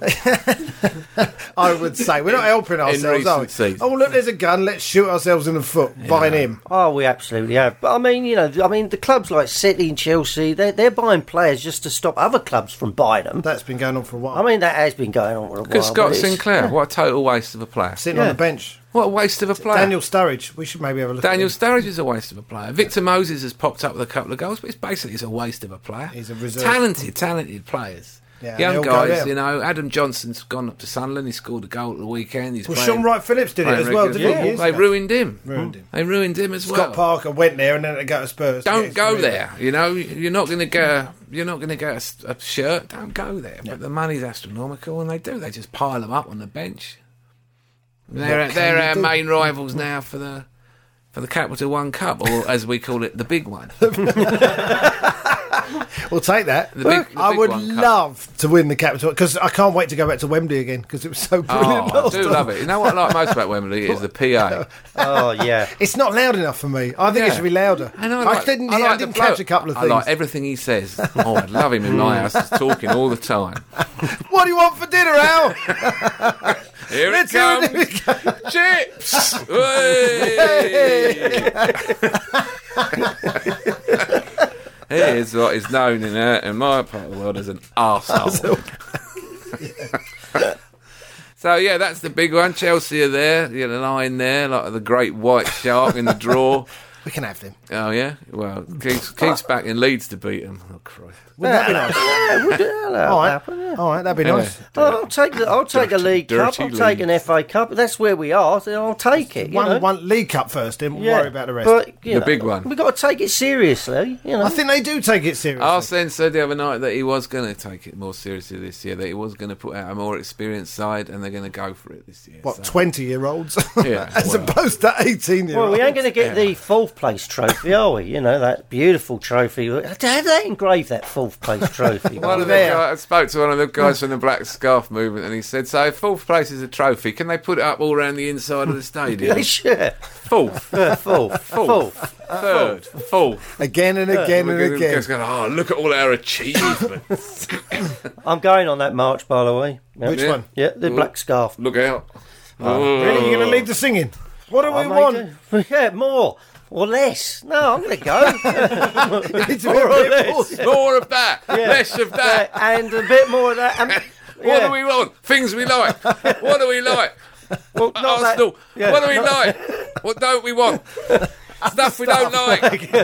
[SPEAKER 4] I would say we're not helping ourselves, are we?
[SPEAKER 2] recent seasons.
[SPEAKER 4] Oh look, there's a gun. Let's shoot ourselves in the foot. Buying him.
[SPEAKER 3] Oh, we absolutely have. But I mean, you know, I mean, the clubs like City and Chelsea, they're, they're buying players just to stop other clubs from buying them.
[SPEAKER 4] That's been going on for a while.
[SPEAKER 3] I mean, that has been going on for a while.
[SPEAKER 2] Good
[SPEAKER 3] but
[SPEAKER 2] Scott
[SPEAKER 3] it's-
[SPEAKER 2] Sinclair,
[SPEAKER 3] yeah.
[SPEAKER 2] what a total waste of a player.
[SPEAKER 4] Sitting on the bench.
[SPEAKER 2] What a waste of a player.
[SPEAKER 4] Daniel Sturridge. We should maybe have a look.
[SPEAKER 2] Daniel
[SPEAKER 4] At him.
[SPEAKER 2] Sturridge is a waste of a player. Victor Moses has popped up with a couple of goals, but it's basically it's a waste of a player.
[SPEAKER 4] He's a reserve.
[SPEAKER 2] Talented, talented players.
[SPEAKER 4] Yeah, they
[SPEAKER 2] Young
[SPEAKER 4] all go
[SPEAKER 2] guys,
[SPEAKER 4] there.
[SPEAKER 2] you know. Adam Johnson's gone up to Sunderland. He scored a goal at the weekend. He's
[SPEAKER 4] Well,
[SPEAKER 2] playing-
[SPEAKER 4] Sean Wright Phillips did it
[SPEAKER 2] playing
[SPEAKER 4] as well,
[SPEAKER 2] regular
[SPEAKER 4] didn't he,
[SPEAKER 2] football.
[SPEAKER 4] years
[SPEAKER 2] They
[SPEAKER 4] ago?
[SPEAKER 2] ruined him.
[SPEAKER 4] Ruined him.
[SPEAKER 2] They ruined him as well.
[SPEAKER 4] Scott Parker went there and then they go to Spurs. Yeah,
[SPEAKER 2] Don't
[SPEAKER 4] it's
[SPEAKER 2] go
[SPEAKER 4] really-
[SPEAKER 2] there. You know, you're not going to get a, you're not going to get a s- a, shirt. Don't go there. But the money's astronomical, and they do. They just pile them up on the bench. They're
[SPEAKER 4] can
[SPEAKER 2] they're
[SPEAKER 4] you
[SPEAKER 2] our
[SPEAKER 4] do?
[SPEAKER 2] main rivals now for the for the Capital One Cup, or as we call it, the big
[SPEAKER 4] (laughs)
[SPEAKER 2] one.
[SPEAKER 4] We'll take that.
[SPEAKER 2] The big- the
[SPEAKER 4] I
[SPEAKER 2] big
[SPEAKER 4] would
[SPEAKER 2] one, Cup.
[SPEAKER 4] love to win the capital because I can't wait to go back to Wembley again because it was so brilliant.
[SPEAKER 2] Oh, I
[SPEAKER 4] last
[SPEAKER 2] do
[SPEAKER 4] time.
[SPEAKER 2] love it. You know what I like most about Wembley
[SPEAKER 4] (laughs)
[SPEAKER 2] is the PA.
[SPEAKER 3] (laughs) Oh, yeah.
[SPEAKER 4] It's not loud enough for me. I think
[SPEAKER 2] Yeah.
[SPEAKER 4] it should be louder.
[SPEAKER 2] And I, like,
[SPEAKER 4] didn't. I,
[SPEAKER 2] like the
[SPEAKER 4] didn't
[SPEAKER 2] bloke.
[SPEAKER 4] catch a couple of
[SPEAKER 2] I
[SPEAKER 4] things.
[SPEAKER 2] like everything he says. Oh, I love him in my house. He's talking all the time.
[SPEAKER 4] what do you want for dinner, Al?
[SPEAKER 2] Here it
[SPEAKER 4] Let's hear
[SPEAKER 2] comes.
[SPEAKER 4] it.
[SPEAKER 2] Chips! Hey! Here's what is known in, uh, in my part of the world as an arsehole. (laughs) so, yeah, that's the big one. Chelsea are there, you know, lying there, like the great white shark in the draw.
[SPEAKER 4] we can have them.
[SPEAKER 2] Oh, yeah? Well, Keith's, Keith's back in Leeds to beat them. Oh, Christ.
[SPEAKER 4] Wouldn't that be nice?
[SPEAKER 3] Yeah, we'll do that.
[SPEAKER 4] All (laughs)
[SPEAKER 3] That'll
[SPEAKER 4] right,
[SPEAKER 3] happen, yeah.
[SPEAKER 4] all right, that'd be nice.
[SPEAKER 3] Well, I'll take the, I'll take a League Cup.
[SPEAKER 2] dirty
[SPEAKER 3] I'll take an FA Cup. That's where we are. So I'll take it. you
[SPEAKER 4] One,
[SPEAKER 3] know?
[SPEAKER 4] one League Cup first, then we'll
[SPEAKER 3] Yeah,
[SPEAKER 4] worry about the rest.
[SPEAKER 3] But, you
[SPEAKER 2] The
[SPEAKER 3] know,
[SPEAKER 2] big one.
[SPEAKER 3] We've got to take it seriously. You know.
[SPEAKER 4] I think they do take it seriously.
[SPEAKER 2] Arsene said the other night that he was going to take it more seriously this year, that he was going to put out a more experienced side, and they're going to go for it this year.
[SPEAKER 4] what
[SPEAKER 2] so-
[SPEAKER 4] twenty-year-olds
[SPEAKER 2] (laughs) Yeah,
[SPEAKER 4] (laughs) as
[SPEAKER 2] well.
[SPEAKER 4] opposed to eighteen-year-olds?
[SPEAKER 3] Well, we ain't going to get the fourth place trophy, are we? You know that beautiful trophy. Have they engraved that fourth place trophy?
[SPEAKER 2] One of the
[SPEAKER 4] there.
[SPEAKER 2] guy, I spoke to one of the guys from the Black Scarf movement, and he said, "So if fourth place is a trophy. Can they put it up all around the inside of the stadium?
[SPEAKER 3] (laughs) They should.
[SPEAKER 2] (laughs) fourth,
[SPEAKER 3] Uh, (laughs) Fourth, fourth.
[SPEAKER 2] third, fourth.
[SPEAKER 4] again and again
[SPEAKER 2] And
[SPEAKER 4] and
[SPEAKER 2] the
[SPEAKER 4] again.
[SPEAKER 2] guy's going, "Oh, look at all our achievements! (laughs)
[SPEAKER 3] I'm going on that march, by the way. Yeah,
[SPEAKER 4] Which
[SPEAKER 2] Yeah.
[SPEAKER 4] one?
[SPEAKER 3] yeah the black scarf.
[SPEAKER 2] look out!"
[SPEAKER 4] Really, you're going to lead the singing? What do we
[SPEAKER 3] I may
[SPEAKER 4] want?
[SPEAKER 3] do- (laughs) Yeah, more or less. No, I'm going
[SPEAKER 4] (laughs)
[SPEAKER 3] to go. (laughs)
[SPEAKER 4] Need to be a bit more-
[SPEAKER 2] More of that, less of
[SPEAKER 3] Uh,
[SPEAKER 2] that.
[SPEAKER 3] and a bit more of that. Um,
[SPEAKER 2] What
[SPEAKER 3] yeah.
[SPEAKER 2] do we want? Things we like. What do we like?
[SPEAKER 3] Well, not that-
[SPEAKER 2] Arsenal.
[SPEAKER 3] yeah,
[SPEAKER 2] what do we
[SPEAKER 3] not-
[SPEAKER 2] like? What don't we want? Stuff we don't like.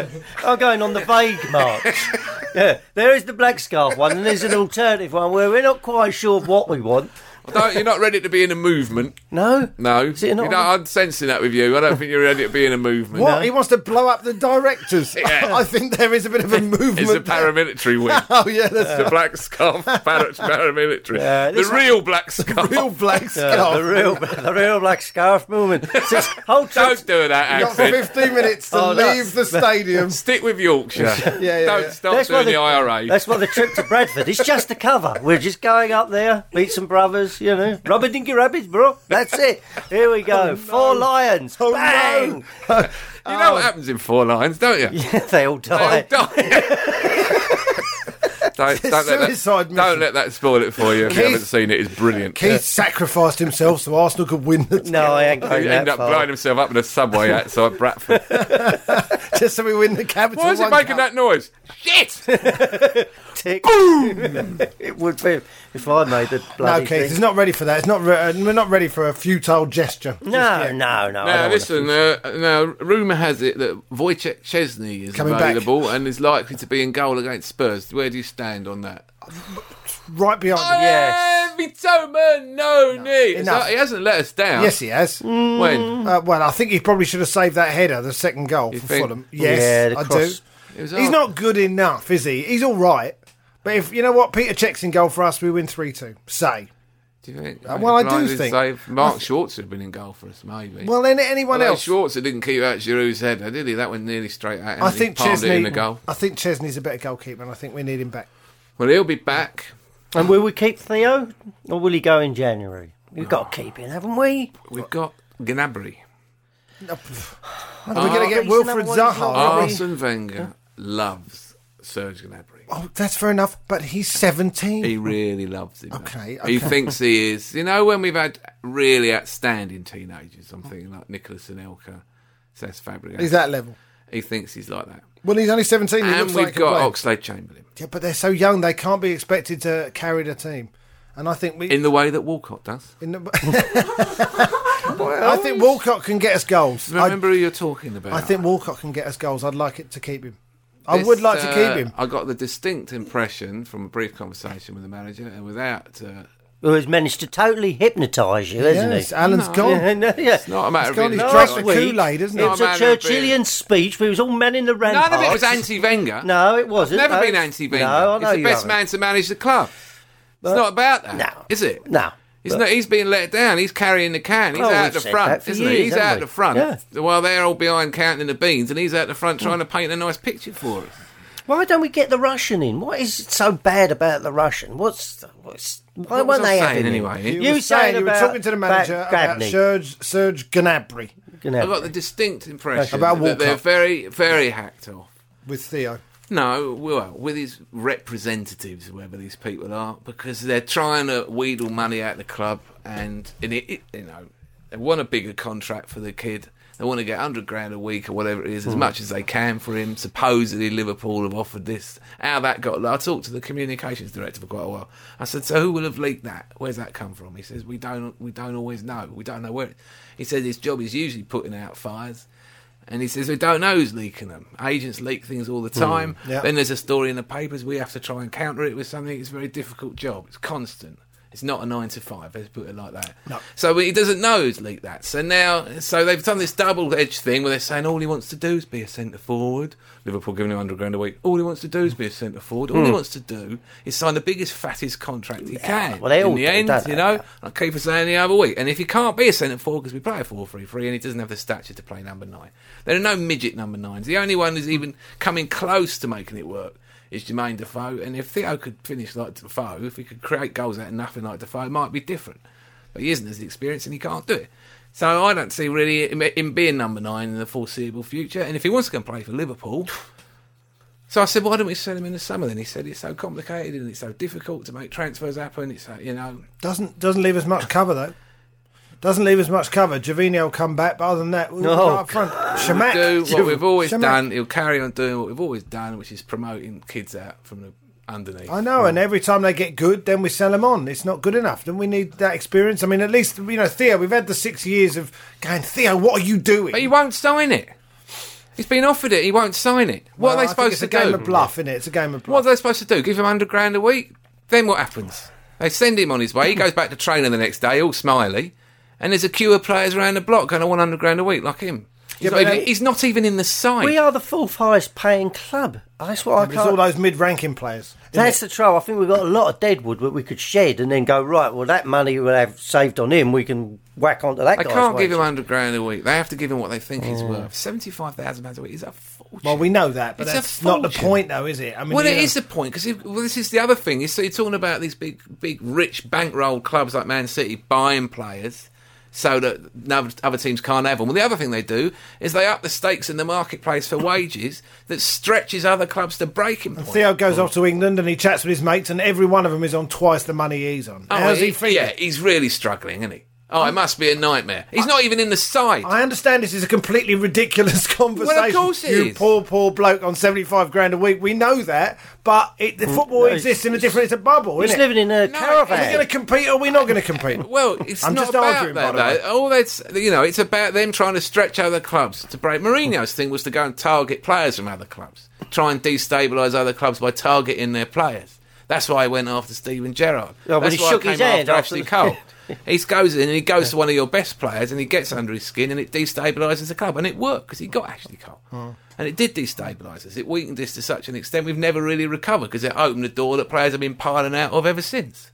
[SPEAKER 3] I'm going on the vague march. yeah, there is the black scarf one, and there's an alternative one where we're not quite sure what we want.
[SPEAKER 2] Don't, you're not ready to be in a movement.
[SPEAKER 3] No,
[SPEAKER 2] No,
[SPEAKER 3] it
[SPEAKER 2] You
[SPEAKER 3] not
[SPEAKER 2] know, I'm sensing that with you. I don't think you're ready to be in a movement.
[SPEAKER 4] What? He wants to blow up the directors.
[SPEAKER 2] (laughs) Yeah.
[SPEAKER 4] I think there is a bit of a movement.
[SPEAKER 2] It's a
[SPEAKER 4] there.
[SPEAKER 2] paramilitary wing.
[SPEAKER 4] Oh yeah, that's
[SPEAKER 2] the black scarf para- paramilitary.
[SPEAKER 3] Yeah,
[SPEAKER 2] the
[SPEAKER 3] this-
[SPEAKER 2] real black scarf.
[SPEAKER 4] real black
[SPEAKER 3] Yeah,
[SPEAKER 4] scarf.
[SPEAKER 3] the real, the real black scarf movement. Six, whole
[SPEAKER 2] (laughs) Don't do that
[SPEAKER 4] You've got
[SPEAKER 2] accent.
[SPEAKER 4] 15 minutes to
[SPEAKER 3] Oh, no.
[SPEAKER 4] leave
[SPEAKER 3] (laughs)
[SPEAKER 4] the stadium.
[SPEAKER 2] Stick with Yorkshire.
[SPEAKER 4] yeah,
[SPEAKER 2] don't
[SPEAKER 4] yeah.
[SPEAKER 2] stop doing the, IRA.
[SPEAKER 3] That's what the trip to Bradford. It's just a cover. We're just going up there, meet some brothers, you know, rubber dinky rabbits, bro. That's it. Here we go. Four lions.
[SPEAKER 4] Oh,
[SPEAKER 3] Bang! (laughs)
[SPEAKER 2] you know what happens in four lines, don't you?
[SPEAKER 3] they all
[SPEAKER 2] I'll
[SPEAKER 3] die.
[SPEAKER 4] (laughs)
[SPEAKER 2] die. don't, don't, let
[SPEAKER 4] Suicide
[SPEAKER 2] that,
[SPEAKER 4] mission.
[SPEAKER 2] don't let that spoil it for you if you
[SPEAKER 4] Keith-
[SPEAKER 2] haven't seen it. It's brilliant.
[SPEAKER 4] Keith sacrificed himself so Arsenal could win the
[SPEAKER 3] No, I ain't
[SPEAKER 2] He
[SPEAKER 3] going that
[SPEAKER 2] ended up
[SPEAKER 3] far.
[SPEAKER 2] blowing himself up in a
[SPEAKER 4] (laughs)
[SPEAKER 2] subway outside Bradford.
[SPEAKER 4] just so we win the capital.
[SPEAKER 2] Why is it
[SPEAKER 4] One
[SPEAKER 2] making
[SPEAKER 4] Cup.
[SPEAKER 2] that noise? Shit!
[SPEAKER 3] Tick. Boom! (laughs) it would be if I made the bloody
[SPEAKER 4] No, Keith,
[SPEAKER 3] thing.
[SPEAKER 4] it's not ready for that. It's not. Re- uh, we're not ready for a futile gesture. Just
[SPEAKER 3] No,
[SPEAKER 4] yet.
[SPEAKER 3] no, no. I
[SPEAKER 2] Now,
[SPEAKER 3] don't
[SPEAKER 2] listen. Uh, now, rumour has it that Wojciech Chesney is
[SPEAKER 4] Coming back.
[SPEAKER 2] available and is likely to be in goal against Spurs. Where do you stand on that?
[SPEAKER 4] Right behind.
[SPEAKER 2] Oh,
[SPEAKER 4] him.
[SPEAKER 3] Yes.
[SPEAKER 2] Vitoman, no, need. It's
[SPEAKER 4] enough.
[SPEAKER 2] like- he hasn't let us down.
[SPEAKER 4] Yes, he has.
[SPEAKER 3] Mm.
[SPEAKER 2] When
[SPEAKER 4] Uh, well, I think he probably should have saved that header, the second goal for
[SPEAKER 2] think?
[SPEAKER 4] Fulham. Yes,
[SPEAKER 3] Yeah, the
[SPEAKER 4] I
[SPEAKER 3] cross.
[SPEAKER 2] It was
[SPEAKER 4] do. He's
[SPEAKER 2] hard.
[SPEAKER 4] not good enough, is he? He's all right. But if you know what, Peter checks in goal for us, we win three two. Say
[SPEAKER 2] Do you think?
[SPEAKER 4] Uh, well, I do
[SPEAKER 2] Blinded
[SPEAKER 4] think-
[SPEAKER 2] save. Mark Schwartz would have been in goal for us, maybe.
[SPEAKER 4] Well, then anyone
[SPEAKER 2] Although
[SPEAKER 4] else?
[SPEAKER 2] Schwartz didn't keep out Giroud's header, did he? That went nearly straight at him.
[SPEAKER 4] I
[SPEAKER 2] He
[SPEAKER 4] think
[SPEAKER 2] palmed It in
[SPEAKER 4] Chesney.
[SPEAKER 2] the goal.
[SPEAKER 4] I think Chesney's a better goalkeeper, and I think we need him back.
[SPEAKER 2] Well, he'll be back.
[SPEAKER 3] And will we keep Theo, or will he go in January? We've got to keep him, haven't we?
[SPEAKER 2] We've got Gnabry.
[SPEAKER 4] We're
[SPEAKER 2] Uh,
[SPEAKER 4] going to get
[SPEAKER 3] Reason
[SPEAKER 4] Wilfred
[SPEAKER 3] otherwise not
[SPEAKER 4] Zaha. aren't we?
[SPEAKER 2] Arsene Wenger loves Serge Gnabry.
[SPEAKER 4] Oh, that's fair enough, but he's 17.
[SPEAKER 2] He really loves him. mate.
[SPEAKER 4] Okay,
[SPEAKER 2] He
[SPEAKER 4] okay.
[SPEAKER 2] thinks he is. You know, when we've had really outstanding teenagers, I'm thinking like Nicholas and Elka, Seth Fabregas.
[SPEAKER 4] He's that level.
[SPEAKER 2] He thinks he's like that.
[SPEAKER 4] Well, he's only 17. He
[SPEAKER 2] and
[SPEAKER 4] looks
[SPEAKER 2] we've
[SPEAKER 4] like he can
[SPEAKER 2] got
[SPEAKER 4] play.
[SPEAKER 2] Oxlade Chamberlain
[SPEAKER 4] Yeah, but they're so young, they can't be expected to carry the team. And I think we.
[SPEAKER 2] in the way that Walcott does.
[SPEAKER 4] in the,
[SPEAKER 2] (laughs)
[SPEAKER 4] I think Walcott can get us goals. I,
[SPEAKER 2] Remember who you're talking about.
[SPEAKER 4] I think Walcott can get us goals. I'd like it to keep him. I
[SPEAKER 2] This,
[SPEAKER 4] would like to
[SPEAKER 2] uh,
[SPEAKER 4] keep him.
[SPEAKER 2] I got the distinct impression from a brief conversation with the manager, and without, uh,
[SPEAKER 3] Who has managed to totally hypnotise you, hasn't
[SPEAKER 4] Yes,
[SPEAKER 3] he?
[SPEAKER 4] Alan's
[SPEAKER 3] Yeah, (laughs)
[SPEAKER 4] gone.
[SPEAKER 3] no, yeah.
[SPEAKER 2] it's not a matter
[SPEAKER 4] He's gone.
[SPEAKER 2] of
[SPEAKER 4] He's
[SPEAKER 2] being-
[SPEAKER 4] drunk
[SPEAKER 3] Last
[SPEAKER 4] with
[SPEAKER 3] week,
[SPEAKER 4] Kool-Aid, isn't
[SPEAKER 3] It
[SPEAKER 4] he?
[SPEAKER 3] was
[SPEAKER 2] No,
[SPEAKER 3] a
[SPEAKER 2] man, it'd be-
[SPEAKER 3] Churchillian speech. We was all men in the ramparts.
[SPEAKER 2] None of it was anti-Wenger.
[SPEAKER 3] No, it wasn't.
[SPEAKER 2] Never
[SPEAKER 3] no.
[SPEAKER 2] been anti-Wenger.
[SPEAKER 3] No, I know
[SPEAKER 2] He's the
[SPEAKER 3] you
[SPEAKER 2] best
[SPEAKER 3] haven't.
[SPEAKER 2] man to manage the club. it's not about that,
[SPEAKER 3] No.
[SPEAKER 2] is it?
[SPEAKER 3] No.
[SPEAKER 2] He's, not, he's being let down. He's carrying the can. He's
[SPEAKER 3] Oh,
[SPEAKER 2] out
[SPEAKER 3] we've
[SPEAKER 2] the
[SPEAKER 3] said
[SPEAKER 2] front,
[SPEAKER 3] that for
[SPEAKER 2] isn't
[SPEAKER 3] years,
[SPEAKER 2] he? He's
[SPEAKER 3] haven't
[SPEAKER 2] out
[SPEAKER 3] we?
[SPEAKER 2] the front
[SPEAKER 3] Yeah.
[SPEAKER 2] while they're all behind counting the beans, and he's out the front trying to paint a nice picture for us.
[SPEAKER 3] Why don't we get the Russian in? What is so bad about the Russian? What's, what's why
[SPEAKER 2] What was
[SPEAKER 3] weren't
[SPEAKER 2] I
[SPEAKER 3] they
[SPEAKER 2] saying
[SPEAKER 3] having him?
[SPEAKER 2] anyway? You
[SPEAKER 3] You, saying,
[SPEAKER 4] were saying you were
[SPEAKER 3] about
[SPEAKER 4] talking to the manager
[SPEAKER 3] about
[SPEAKER 4] about
[SPEAKER 3] Grabny.
[SPEAKER 4] Serge, Serge Gnabry
[SPEAKER 3] Gnabry.
[SPEAKER 2] I got the distinct impression
[SPEAKER 4] About
[SPEAKER 2] that they're
[SPEAKER 4] Walcott.
[SPEAKER 2] very, very hacked off.
[SPEAKER 4] with Theo.
[SPEAKER 2] No, well, with his representatives, whoever these people are, because they're trying to wheedle money out of the club, and, and it, it- you know, they want a bigger contract for the kid. They want to get hundred grand a week or whatever it is, as much as they can for him. Supposedly, Liverpool have offered this. How that got? I talked to the communications director for quite a while. I said, "So who will have leaked that? Where's that come from?" He says, "We don't. We don't always know. We don't know where." It, he says his job is usually putting out fires. And he says, we don't know who's leaking them. Agents leak things all the time.
[SPEAKER 4] yeah.
[SPEAKER 2] Then there's a story in the papers. We have to try and counter it with something. It's a very difficult job. It's constant. It's not a nine to five. Let's put it like that. No. So he doesn't know who's leaked that. So now, so they've done this double edged thing where they're saying all he wants to do is be a centre forward. Liverpool giving him 100 grand a week. All he wants to do is be a centre forward. All he wants to do is sign the biggest, fattest contract he can.
[SPEAKER 3] Well, they all
[SPEAKER 2] in the
[SPEAKER 3] do,
[SPEAKER 2] end,
[SPEAKER 3] don't
[SPEAKER 2] you
[SPEAKER 3] they?
[SPEAKER 2] know, I keep saying the other week. And if he can't be a centre forward because we play a 4 3 3 and he doesn't have the stature to play number nine, there are no midget number nines. The only one who's even coming close to making it work is Jermaine Defoe. And if Theo could finish like Defoe, if he could create goals out of nothing like Defoe, it might be different. But he isn't as experienced and he can't do it. So I don't see really him- him being number nine in the foreseeable future. And if he wants to go and play for Liverpool, so I said, why don't we sell him in the summer then? He said, it's so complicated and it's so difficult to make transfers happen. It's, so, you know,
[SPEAKER 4] Doesn't doesn't leave us much cover though. Doesn't leave us much cover. Javino will come back, but other than that, we'll
[SPEAKER 3] No.
[SPEAKER 4] go up front. Shamak.
[SPEAKER 2] (laughs)
[SPEAKER 4] (laughs)
[SPEAKER 2] do what we've always
[SPEAKER 4] Shamak.
[SPEAKER 2] done. He'll carry on doing what we've always done, which is promoting kids out from the underneath.
[SPEAKER 4] I know, and every time they get good, then we sell them on. It's not good enough. Then we need that experience. I mean, at least you know Theo. We've had the six years of going. Theo, what are you doing?
[SPEAKER 2] But he won't sign it. He's been offered it. He won't sign it. What
[SPEAKER 4] Well,
[SPEAKER 2] are
[SPEAKER 4] I
[SPEAKER 2] they
[SPEAKER 4] think
[SPEAKER 2] supposed
[SPEAKER 4] it's
[SPEAKER 2] to
[SPEAKER 4] a game
[SPEAKER 2] do?
[SPEAKER 4] of bluff, isn't it? It's a game of bluff.
[SPEAKER 2] What are they supposed to do? Give him hundred grand a week? Then what happens? They send him on his way. He goes back to training the next day, all smiley. And there's a queue of players around the block going, "I want hundred grand a week," like him. He's,
[SPEAKER 4] Yeah,
[SPEAKER 2] not,
[SPEAKER 4] but uh,
[SPEAKER 2] even,
[SPEAKER 4] they-
[SPEAKER 2] he's not even in the side.
[SPEAKER 3] We are the fourth highest paying club. That's what I
[SPEAKER 4] There's all
[SPEAKER 3] can't.
[SPEAKER 4] those mid-ranking players. isn't
[SPEAKER 3] That's
[SPEAKER 4] it?
[SPEAKER 3] the trouble. I think we've got a lot of deadwood that we could shed and then go, right, well, that money we'll have saved on him, we can whack onto that
[SPEAKER 2] They
[SPEAKER 3] guy's
[SPEAKER 2] can't give him
[SPEAKER 3] wages.
[SPEAKER 2] hundred grand a week. They have to give him what they think he's worth. Seventy-five thousand pounds a week is a fortune.
[SPEAKER 4] Oh. well, we know that, but
[SPEAKER 2] It's a
[SPEAKER 4] that's not the
[SPEAKER 2] fortune.
[SPEAKER 4] point, though, is it? I mean,
[SPEAKER 2] Well, it
[SPEAKER 4] you know,
[SPEAKER 2] is the point because well, this is the other thing. So you're talking about these big, big, rich bankroll clubs like Man City buying players so that no- other teams can't have them. Well, the other thing they do is they up the stakes in the marketplace for wages that stretches other clubs to breaking point.
[SPEAKER 4] Theo goes off to England and he chats with his mates, and every one of them is on twice the money he's on.
[SPEAKER 2] Oh,
[SPEAKER 4] How's he
[SPEAKER 2] he-
[SPEAKER 4] feeling?
[SPEAKER 2] Yeah, he's really struggling, isn't he? Oh, it must be a nightmare. He's not even in the side.
[SPEAKER 4] I understand this is a completely ridiculous (laughs) conversation.
[SPEAKER 2] course it
[SPEAKER 4] you
[SPEAKER 2] is.
[SPEAKER 4] poor, poor bloke on seventy-five grand a week. We know that, but it,
[SPEAKER 2] Mm.
[SPEAKER 4] the football
[SPEAKER 3] it's-
[SPEAKER 4] exists in a different. It's a bubble,
[SPEAKER 3] He's
[SPEAKER 4] isn't
[SPEAKER 3] living in a
[SPEAKER 2] No,
[SPEAKER 4] Are we
[SPEAKER 3] caravan.
[SPEAKER 4] going to compete or are we not going to compete?
[SPEAKER 2] (laughs) Well, it's
[SPEAKER 4] I'm
[SPEAKER 2] not
[SPEAKER 4] just
[SPEAKER 2] about
[SPEAKER 4] arguing,
[SPEAKER 2] that.
[SPEAKER 4] by the way.
[SPEAKER 2] though. All that's you know, it's about them trying to stretch other clubs to break. Mourinho's thing was to go and target players from other clubs, try and destabilise other clubs by targeting their players. That's why he went after Steven Gerrard.
[SPEAKER 3] Yeah, but
[SPEAKER 2] That's
[SPEAKER 3] he
[SPEAKER 2] why
[SPEAKER 3] shook
[SPEAKER 2] I came
[SPEAKER 3] his hand
[SPEAKER 2] after
[SPEAKER 3] after
[SPEAKER 2] Ashley
[SPEAKER 3] the-
[SPEAKER 2] Cole. he goes in and he goes to one of your best players and he gets under his skin and it destabilises the club and it worked because he got Ashley Cole. And it did destabilise us. It weakened us to such an extent we've never really recovered because it opened the door that players have been piling out of ever since.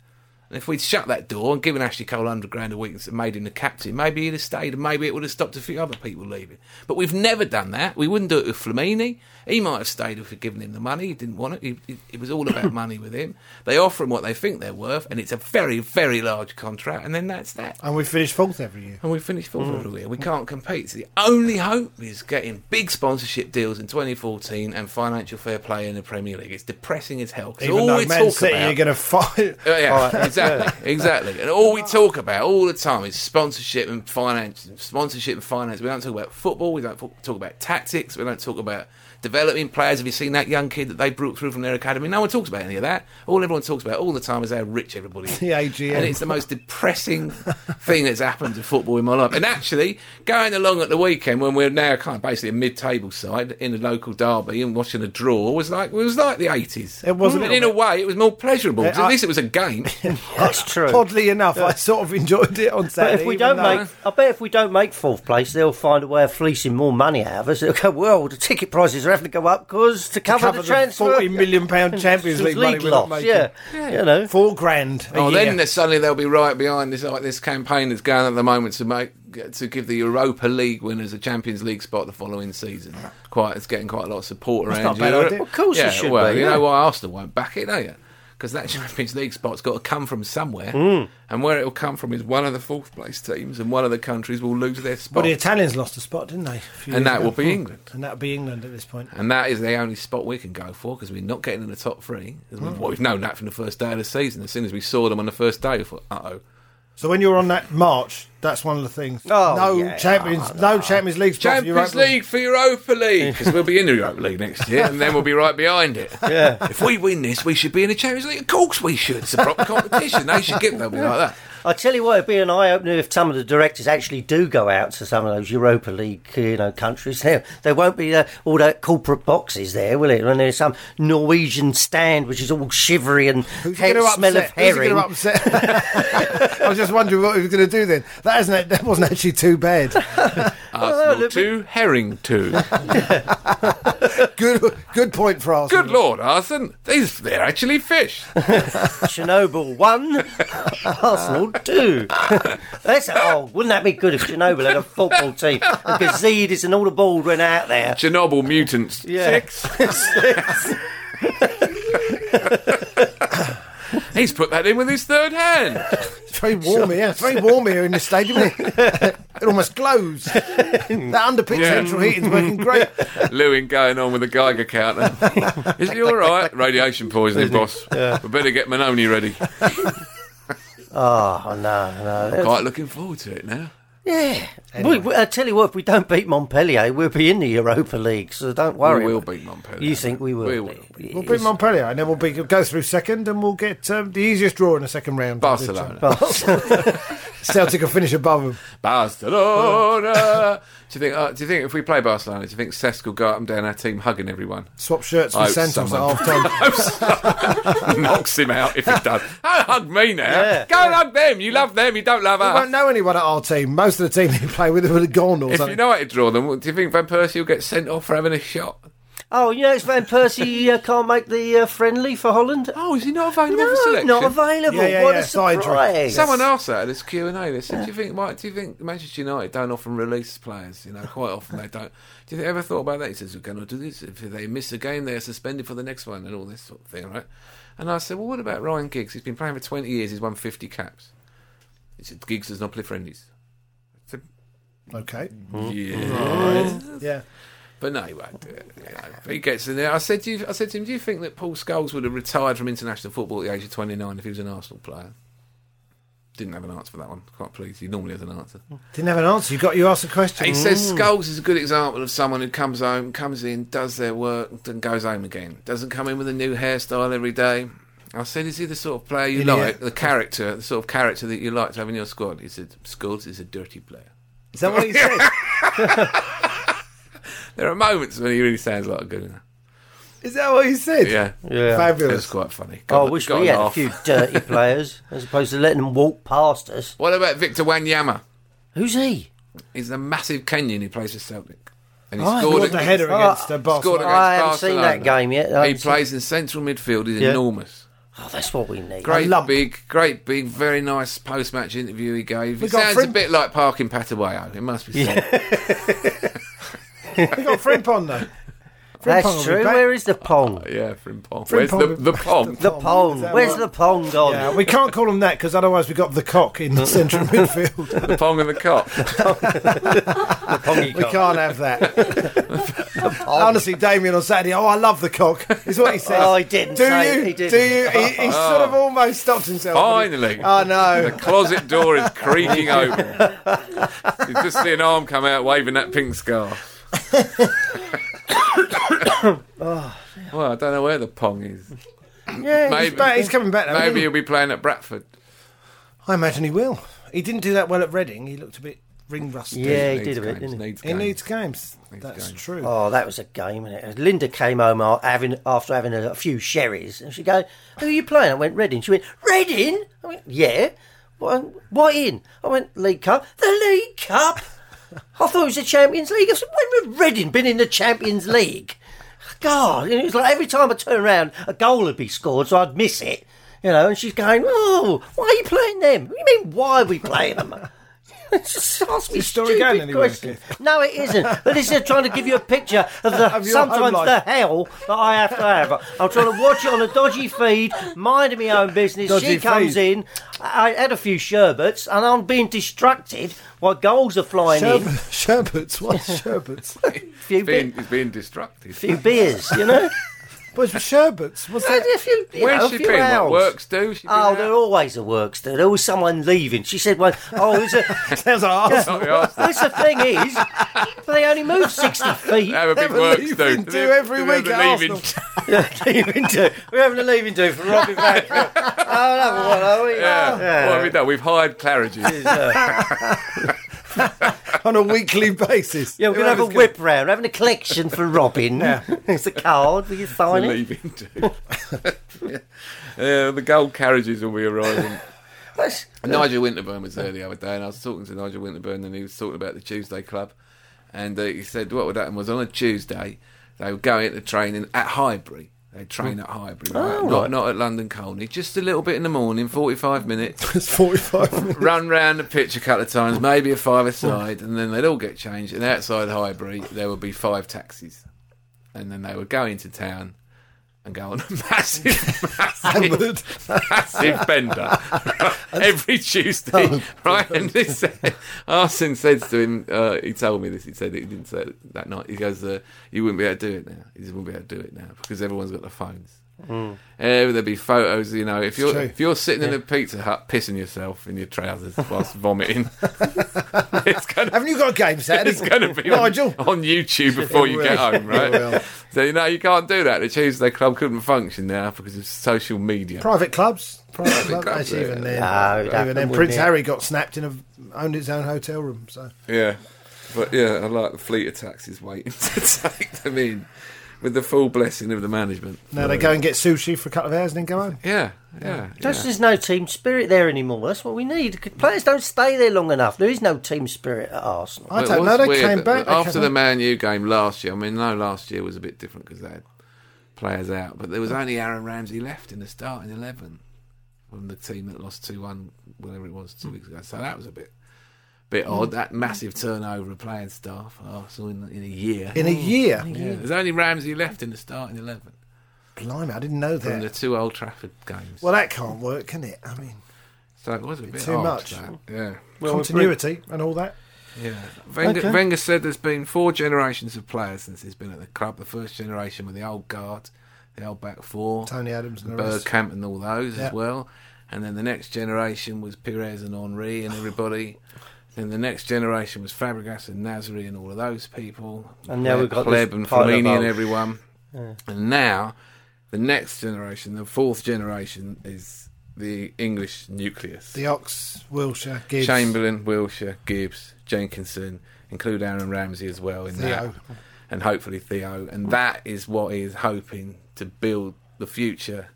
[SPEAKER 2] And if we'd shut that door and given Ashley Cole 100 grand a week and made him the captain, maybe he'd have stayed and maybe it would have stopped a few other people leaving. But we've never done that. We wouldn't do it with Flamini. He might have stayed if we'd given him the money. He didn't want it. He, he- it was all about (coughs) money with him. They offer him what they think they're worth, and it's a very, very large contract, and then that's that
[SPEAKER 4] And we finish fourth every year.
[SPEAKER 2] and we finished fourth
[SPEAKER 4] Mm.
[SPEAKER 2] every year. We can't compete. So the only hope is getting big sponsorship deals in 2014 and financial fair play in the Premier League. It's depressing as hell. 'cause
[SPEAKER 4] Even
[SPEAKER 2] all
[SPEAKER 4] though
[SPEAKER 2] we
[SPEAKER 4] Man
[SPEAKER 2] talk
[SPEAKER 4] City
[SPEAKER 2] about,
[SPEAKER 4] are going to fight.
[SPEAKER 2] Oh, (laughs) yeah, exactly, exactly. And all we talk about all the time is sponsorship and finance. Sponsorship and finance. We don't talk about football. We don't fo- talk about tactics. We don't talk about developing players. Have you seen that young kid that they brought through from their academy? No one talks about any of that. All everyone talks about all the time is how rich everybody is.
[SPEAKER 4] (laughs) The AGM.
[SPEAKER 2] And it's the most depressing thing that's happened to football in my life. And actually, going along at the weekend when we're now kind of basically a mid-table side in a local derby and watching a draw was like it was like the eighties.
[SPEAKER 4] It was a
[SPEAKER 2] And
[SPEAKER 4] little
[SPEAKER 2] in a way, it was more pleasurable.
[SPEAKER 3] Uh,
[SPEAKER 2] 'cause
[SPEAKER 4] I-
[SPEAKER 2] at least it was a
[SPEAKER 3] (laughs)
[SPEAKER 2] game.
[SPEAKER 3] That's true.
[SPEAKER 4] Oddly enough, I sort of enjoyed (laughs) it on Saturday.
[SPEAKER 3] But if we
[SPEAKER 4] even
[SPEAKER 3] don't
[SPEAKER 4] though-
[SPEAKER 3] make, I bet if we don't make fourth place, they'll find a way of fleecing more money out of us. They'll go, well, the ticket prices are having to go up because to cover,
[SPEAKER 4] cover
[SPEAKER 3] the
[SPEAKER 4] the
[SPEAKER 3] transfer,
[SPEAKER 4] forty million
[SPEAKER 3] (laughs)
[SPEAKER 4] pound Champions League, money we're not
[SPEAKER 3] loss,
[SPEAKER 4] making.
[SPEAKER 3] yeah. you know.
[SPEAKER 4] four grand. A
[SPEAKER 2] Oh,
[SPEAKER 4] year.
[SPEAKER 2] then they- suddenly they'll be right behind this like this campaign that's going on at the moment to make to give the Europa League winners a Champions League spot the following season. Quite, it's getting quite a lot of support around
[SPEAKER 4] not a bad
[SPEAKER 2] Europe.
[SPEAKER 4] idea.
[SPEAKER 3] Of course it
[SPEAKER 2] yeah,
[SPEAKER 3] should
[SPEAKER 2] well,
[SPEAKER 3] be,
[SPEAKER 2] you
[SPEAKER 3] yeah.
[SPEAKER 2] know why Arsenal won't back it, do you? Because that (laughs) Champions League spot's got to come from somewhere,
[SPEAKER 3] Mm.
[SPEAKER 2] and where it will come from is one of the fourth place teams and one of the countries will lose their
[SPEAKER 4] Well,
[SPEAKER 2] spot,
[SPEAKER 4] the Italians lost a spot, didn't they? a few
[SPEAKER 2] and
[SPEAKER 4] years
[SPEAKER 2] that
[SPEAKER 4] ago?
[SPEAKER 2] will be England.
[SPEAKER 4] And that will be England at this point.
[SPEAKER 2] And that is the only spot we can go for because we're not getting in the top three. 'Cause we've- Well, we've known that from the first day of the season. As soon as we saw them on the first day, we thought, uh oh.
[SPEAKER 4] So when you're on that march, that's one of the things.
[SPEAKER 3] Oh,
[SPEAKER 4] no
[SPEAKER 3] yeah.
[SPEAKER 4] Champions, no Champions League spot. for
[SPEAKER 2] Champions
[SPEAKER 4] Europa.
[SPEAKER 2] League for Europa League because we'll be in the Europa League next year, and then we'll be right behind it. Yeah. If we win this, we should be in the Champions League. Of course, we should. It's a proper competition. They should get they'll be like that.
[SPEAKER 3] I tell you what, it'd be an eye opener if some of the directors actually do go out to some of those Europa League, uh, you know, countries. There, there won't be uh, all that corporate boxes there, will it? When there's some Norwegian stand which is all shivery and
[SPEAKER 4] Who's
[SPEAKER 3] can't
[SPEAKER 4] going to
[SPEAKER 3] smell of
[SPEAKER 4] upset? Who's going
[SPEAKER 3] herring.
[SPEAKER 4] to upset? (laughs) I was just wondering what he was going to do then. That isn't. That wasn't actually too bad.
[SPEAKER 2] Arsenal two, Herring two.
[SPEAKER 4] Good. Good point for Arsenal.
[SPEAKER 2] Good lord, Arsene, these they're actually fish.
[SPEAKER 3] Chernobyl one, (laughs) Arsenal two. (laughs) That's oh, wouldn't that be good if Chernobyl had a football team and Gazidis and all the baldwin out there?
[SPEAKER 2] Chernobyl mutants six. He's put that in with his third hand.
[SPEAKER 4] It's very warm here. It's very warm here in this stadium. Isn't it? it
[SPEAKER 2] (laughs)
[SPEAKER 4] almost glows. that underpitch
[SPEAKER 2] Yeah.
[SPEAKER 4] central heating's working great.
[SPEAKER 2] Lewin going on with the Geiger
[SPEAKER 3] (laughs)
[SPEAKER 2] counter. Is he all right? Radiation poisoning, boss. We better get Manoni ready.
[SPEAKER 3] (laughs) Oh no, no.
[SPEAKER 2] Quite looking forward to it now.
[SPEAKER 3] Yeah. We, we, I tell you what, if we don't beat Montpellier, we'll be in the Europa League. So don't worry.
[SPEAKER 2] We will beat Montpellier.
[SPEAKER 3] You think we will?
[SPEAKER 2] We
[SPEAKER 3] be.
[SPEAKER 2] will.
[SPEAKER 4] We'll beat Montpellier, and then we'll be, go through second, and we'll get um, the easiest draw in the second round.
[SPEAKER 2] Barcelona.
[SPEAKER 3] (laughs)
[SPEAKER 4] Celtic will finish above them.
[SPEAKER 2] Barcelona. do you think? Uh, do you think if we play Barcelona, do you think Cesc will go up and down our team hugging
[SPEAKER 3] (laughs)
[SPEAKER 2] everyone?
[SPEAKER 4] Swap shirts
[SPEAKER 2] I
[SPEAKER 4] with
[SPEAKER 2] hope
[SPEAKER 4] Santos at
[SPEAKER 2] someone-
[SPEAKER 4] half
[SPEAKER 2] (laughs)
[SPEAKER 4] time.
[SPEAKER 2] Knocks him out if he
[SPEAKER 3] (laughs)
[SPEAKER 2] does. Oh, hug me now. Go and hug them. You love them. You don't love
[SPEAKER 4] I
[SPEAKER 2] us.
[SPEAKER 4] won't know anyone at our team. Most of the team they play with would have gone or
[SPEAKER 2] If
[SPEAKER 4] something.
[SPEAKER 2] United draw them, do you think Van Persie will get sent off for having a shot?
[SPEAKER 3] Oh, you know, it's Van Persie uh, can't make the uh, friendly for Holland.
[SPEAKER 2] Oh, is he not available for
[SPEAKER 3] no,
[SPEAKER 2] selection?
[SPEAKER 3] not available.
[SPEAKER 4] Yeah, yeah,
[SPEAKER 3] what
[SPEAKER 4] yeah,
[SPEAKER 3] a
[SPEAKER 4] side draw.
[SPEAKER 3] surprise!
[SPEAKER 2] Someone asked that at this Q and A. They said, "Do you think? Mike, do you think Manchester United don't often release players? You know, quite often they don't. Do you ever thought about that?" He says, "We're going to do this. If they miss a game, they are suspended for the next one, and all this sort of thing, right?" And I said, "Well, what about Ryan Giggs? He's been playing for twenty years. He's won fifty caps. He said, Giggs does not play friendlies. I said,
[SPEAKER 4] Okay.
[SPEAKER 2] yeah,
[SPEAKER 4] Yeah.
[SPEAKER 2] but no, he won't do it. You know, But he gets in there. I said, to you, I said to him, do you think that Paul Scholes would have retired from international football at the age of 29 if he was an Arsenal player? Didn't have an answer for that one. Quite pleased. He normally has an answer.
[SPEAKER 4] Didn't have an answer. You got you asked a question.
[SPEAKER 2] He says Scholes is a good example of someone who comes home, comes in, does their work, and then goes home again. Doesn't come in with a new hairstyle every day. I said, is he the sort of player you
[SPEAKER 4] Idiot.
[SPEAKER 2] like, the character, the sort of character that you like to have in your squad? He said, Scholes is a dirty player.
[SPEAKER 4] Is that what
[SPEAKER 2] (laughs)
[SPEAKER 4] he said?
[SPEAKER 2] There are moments when he really sounds like a gooner.
[SPEAKER 4] Is that what he said?
[SPEAKER 2] Yeah.
[SPEAKER 3] Yeah.
[SPEAKER 2] It
[SPEAKER 4] Fabulous.
[SPEAKER 2] was quite funny.
[SPEAKER 3] Oh,
[SPEAKER 2] Got-
[SPEAKER 3] I wish
[SPEAKER 2] got
[SPEAKER 3] we
[SPEAKER 2] a
[SPEAKER 3] had a
[SPEAKER 2] laugh.
[SPEAKER 3] few
[SPEAKER 2] (laughs)
[SPEAKER 3] dirty players as opposed to letting them walk past us.
[SPEAKER 2] What about Victor Wanyama?
[SPEAKER 3] Who's he?
[SPEAKER 2] He's a massive Kenyan who plays for Celtic. And he
[SPEAKER 3] Right.
[SPEAKER 2] scored, Ah,
[SPEAKER 4] Scored the header
[SPEAKER 3] Oh,
[SPEAKER 4] against uh,
[SPEAKER 2] scored
[SPEAKER 4] Barcelona.
[SPEAKER 2] against
[SPEAKER 3] I haven't seen
[SPEAKER 2] Barcelona.
[SPEAKER 3] that game yet. I
[SPEAKER 2] He
[SPEAKER 3] haven't seen-
[SPEAKER 2] plays in central midfield. He's
[SPEAKER 3] Yeah.
[SPEAKER 2] enormous.
[SPEAKER 3] Oh, that's what we need.
[SPEAKER 2] Great
[SPEAKER 4] lump.
[SPEAKER 2] big, great big, very nice post-match interview he gave. It
[SPEAKER 4] got
[SPEAKER 2] sounds a
[SPEAKER 4] friend-
[SPEAKER 2] bit like parking Patawayo. It must be said.
[SPEAKER 4] We got Frimpon though. Frimpong will
[SPEAKER 3] That's
[SPEAKER 4] be
[SPEAKER 3] true.
[SPEAKER 4] back.
[SPEAKER 3] Where is the pong?
[SPEAKER 2] Yeah, from Pong.
[SPEAKER 4] Frimpong
[SPEAKER 2] Where's the,
[SPEAKER 4] with-
[SPEAKER 2] the Pong?
[SPEAKER 3] (laughs) The
[SPEAKER 4] Pong,
[SPEAKER 3] pong.
[SPEAKER 4] is that
[SPEAKER 3] Where's
[SPEAKER 4] right?
[SPEAKER 3] the pong gone?
[SPEAKER 4] Yeah, we can't call him that because otherwise we got the cock in the
[SPEAKER 3] (laughs)
[SPEAKER 4] central midfield.
[SPEAKER 2] the Pong and the Cop.
[SPEAKER 4] We can't have that.
[SPEAKER 3] (laughs)
[SPEAKER 4] Honestly, Damien on Saturday, oh, I love the cock. Is what he says.
[SPEAKER 3] Oh, he didn't
[SPEAKER 4] Do
[SPEAKER 3] say it,
[SPEAKER 4] you?
[SPEAKER 3] he didn't. Oh.
[SPEAKER 4] Do you? He, he sort of almost stopped himself.
[SPEAKER 2] Finally.
[SPEAKER 4] I know.
[SPEAKER 2] The closet door is
[SPEAKER 4] (laughs)
[SPEAKER 2] creaking open. You just see an arm come out waving that pink
[SPEAKER 4] (laughs)
[SPEAKER 2] scarf. well, I don't know where the Pong is.
[SPEAKER 3] Yeah,
[SPEAKER 2] Maybe
[SPEAKER 4] He's, back- he's coming back. Though,
[SPEAKER 2] Maybe
[SPEAKER 4] maybe
[SPEAKER 2] he'll be playing at Bradford.
[SPEAKER 4] I imagine he will. He didn't do that well at Reading. He looked a bit ring rusty.
[SPEAKER 3] Yeah, he
[SPEAKER 2] Needs
[SPEAKER 3] did a
[SPEAKER 2] games,
[SPEAKER 3] bit, didn't he?
[SPEAKER 2] needs
[SPEAKER 4] He
[SPEAKER 2] games.
[SPEAKER 4] needs games. That's
[SPEAKER 2] games.
[SPEAKER 4] true.
[SPEAKER 3] Oh, that was a game, innit? Linda came home a- having, after having a, a few sherries, and she go, "Who are you playing?" I went, "Reading." She went, "Reading?" I went, "Yeah." What, um, what in? I went, "League Cup." The League Cup. (laughs) I thought it was the Champions League. I said, "When have Reading been in the Champions League?" (laughs) God, and it was like every time I turn around, a goal would be scored, so I'd miss it, you know. And she's going, "Oh, why are you playing them? What do you mean, why are we playing them?" (laughs) Just ask me
[SPEAKER 4] Is the story going
[SPEAKER 3] stupid
[SPEAKER 4] anywhere,
[SPEAKER 3] questions. No, it isn't. But this is trying to give you a picture of the
[SPEAKER 4] (laughs) Of your home
[SPEAKER 3] sometimes the
[SPEAKER 4] life.
[SPEAKER 3] hell that I have to have. I'm trying to watch it on a dodgy feed, minding my own business.
[SPEAKER 4] Dodgy
[SPEAKER 3] she comes
[SPEAKER 4] feed.
[SPEAKER 3] in. I had a few sherbets, and I'm being distracted while goals are flying in.
[SPEAKER 4] Sherbet,
[SPEAKER 3] (laughs)
[SPEAKER 4] sherbets. What's sherbets?
[SPEAKER 3] A few,
[SPEAKER 2] Being,
[SPEAKER 3] be-
[SPEAKER 2] he's being destructive.
[SPEAKER 3] few beers, you
[SPEAKER 4] (laughs)
[SPEAKER 3] know.
[SPEAKER 4] What's sherbets? What's
[SPEAKER 3] (laughs)
[SPEAKER 4] that?
[SPEAKER 3] a few, you know,
[SPEAKER 4] oh,
[SPEAKER 2] Where's
[SPEAKER 3] a
[SPEAKER 2] she
[SPEAKER 3] few
[SPEAKER 2] been? What
[SPEAKER 3] hours.
[SPEAKER 2] works do? She been
[SPEAKER 3] Oh,
[SPEAKER 2] out?
[SPEAKER 3] there are always the works. There's always someone leaving. She said, "Well,
[SPEAKER 2] (laughs)
[SPEAKER 3] oh, there's a."
[SPEAKER 4] Sounds like Arsenal.
[SPEAKER 2] Not the
[SPEAKER 4] (laughs)
[SPEAKER 2] arse.
[SPEAKER 3] That's the thing is, they only move sixty feet.
[SPEAKER 2] They have a big
[SPEAKER 4] Never
[SPEAKER 2] works
[SPEAKER 4] leave
[SPEAKER 2] do.
[SPEAKER 4] him do every
[SPEAKER 2] They're
[SPEAKER 4] week at
[SPEAKER 2] leaving.
[SPEAKER 4] Arsenal. (laughs)
[SPEAKER 3] Yeah, leaving do. We're having a leaving do for Robbie Van. oh, another one, are we?
[SPEAKER 2] Yeah. What have we done? We've hired Claridge's.
[SPEAKER 4] on a weekly basis.
[SPEAKER 3] Yeah, we're gonna have a
[SPEAKER 2] Whoever's
[SPEAKER 3] whip round, having a collection for Robin. (laughs) it's a card. Will you sign it?
[SPEAKER 2] leaving too. (laughs) yeah, the gold carriages will be arriving.
[SPEAKER 3] That's-
[SPEAKER 2] (laughs) Nigel Winterburn was there the other day, and I was talking to Nigel Winterburn, and he was talking about the Tuesday Club, and uh, he said what would happen was on a Tuesday they would go into training at Highbury. They would train at Highbury, right? not not at London Colney. Just a little bit in the morning, forty-five minutes. (laughs)
[SPEAKER 4] It's
[SPEAKER 3] (laughs)
[SPEAKER 4] 45 minutes.
[SPEAKER 2] run round the pitch a couple of times, maybe a five aside, and then they'd all get changed. And outside Highbury, there would be five taxis, and then they would go into town and go on a (laughs) massive, massive, massive bender every Tuesday, (laughs) right? And this, Arsene says to him, uh, he told me this. He said he didn't say it that night. He goes, uh, "You wouldn't be able to do it now. You just wouldn't be able to do it now because everyone's got their phones." Uh, there'd be photos, you know. If you're
[SPEAKER 4] true.
[SPEAKER 2] if you're sitting in a pizza hut pissing yourself in your trousers whilst vomiting, (laughs) it's gonna
[SPEAKER 4] Haven't you got a game Saturday?
[SPEAKER 2] it's gonna be on,
[SPEAKER 4] Nigel.
[SPEAKER 2] on YouTube before you
[SPEAKER 4] will.
[SPEAKER 2] get home,
[SPEAKER 4] It will.
[SPEAKER 2] right? So you know you can't do that. The Tuesday Club couldn't function now because of social media.
[SPEAKER 4] Private clubs. Private clubs.
[SPEAKER 2] clubs,
[SPEAKER 4] Actually, even
[SPEAKER 2] yeah.
[SPEAKER 3] No, it'd
[SPEAKER 4] then,
[SPEAKER 3] happen,
[SPEAKER 4] even then
[SPEAKER 3] wouldn't
[SPEAKER 4] Prince
[SPEAKER 3] it?
[SPEAKER 4] Harry got snapped in a owned his own hotel room. So
[SPEAKER 2] Yeah. But yeah, I like the fleet of taxis waiting (laughs) to take them in with the full blessing of the management.
[SPEAKER 4] now they go and get sushi for a couple of hours and then go home.
[SPEAKER 2] Yeah, yeah.
[SPEAKER 3] Just
[SPEAKER 2] yeah.
[SPEAKER 3] there's no team spirit there anymore. That's what we need. Players don't stay there long enough. There is no team spirit at Arsenal.
[SPEAKER 4] I
[SPEAKER 2] It
[SPEAKER 4] don't
[SPEAKER 2] was
[SPEAKER 4] know. They
[SPEAKER 2] weird
[SPEAKER 4] came
[SPEAKER 2] that-
[SPEAKER 4] back. They
[SPEAKER 2] after
[SPEAKER 4] came
[SPEAKER 2] the
[SPEAKER 4] back.
[SPEAKER 2] Man U game last year. I mean, no, last year was a bit different because they had players out, but there was only Aaron Ramsey left in the starting eleven from the team that lost two one, whatever it was, two weeks ago. So that was a bit, bit
[SPEAKER 4] Mm.
[SPEAKER 2] odd. That massive turnover of playing staff. I saw in, in a year.
[SPEAKER 4] in a year.
[SPEAKER 2] yeah. There's only Ramsey left in the starting eleven
[SPEAKER 4] Blimey, I didn't know
[SPEAKER 2] from the
[SPEAKER 4] that.
[SPEAKER 2] two Old Trafford games.
[SPEAKER 4] Well, that can't work, can it? I mean,
[SPEAKER 2] so it was a bit
[SPEAKER 4] too
[SPEAKER 2] odd,
[SPEAKER 4] much.
[SPEAKER 2] that. Yeah.
[SPEAKER 4] continuity and all that.
[SPEAKER 2] Yeah. Wenger, Wenger said there's been four generations of players since he's been at the club. The first generation were the old guard, the old back four,
[SPEAKER 4] Tony Adams and the rest.
[SPEAKER 2] Bergkamp, and all those
[SPEAKER 4] Yeah.
[SPEAKER 2] as well. And then the next generation was Pires and Henri and everybody. then the next generation was Fabregas and Nasri and all of those people.
[SPEAKER 3] And now we've got
[SPEAKER 2] Pleb
[SPEAKER 3] this
[SPEAKER 2] and
[SPEAKER 3] pile of
[SPEAKER 2] Fellini and
[SPEAKER 3] old-
[SPEAKER 2] everyone. And now the next generation, the fourth generation, is the English nucleus.
[SPEAKER 4] The Ox, Wilshire, Gibbs,
[SPEAKER 2] Chamberlain, Wilshire, Gibbs, Jenkinson, include Aaron Ramsey as well in
[SPEAKER 4] Theo.
[SPEAKER 2] that, and hopefully Theo. And that is what he is hoping to build the future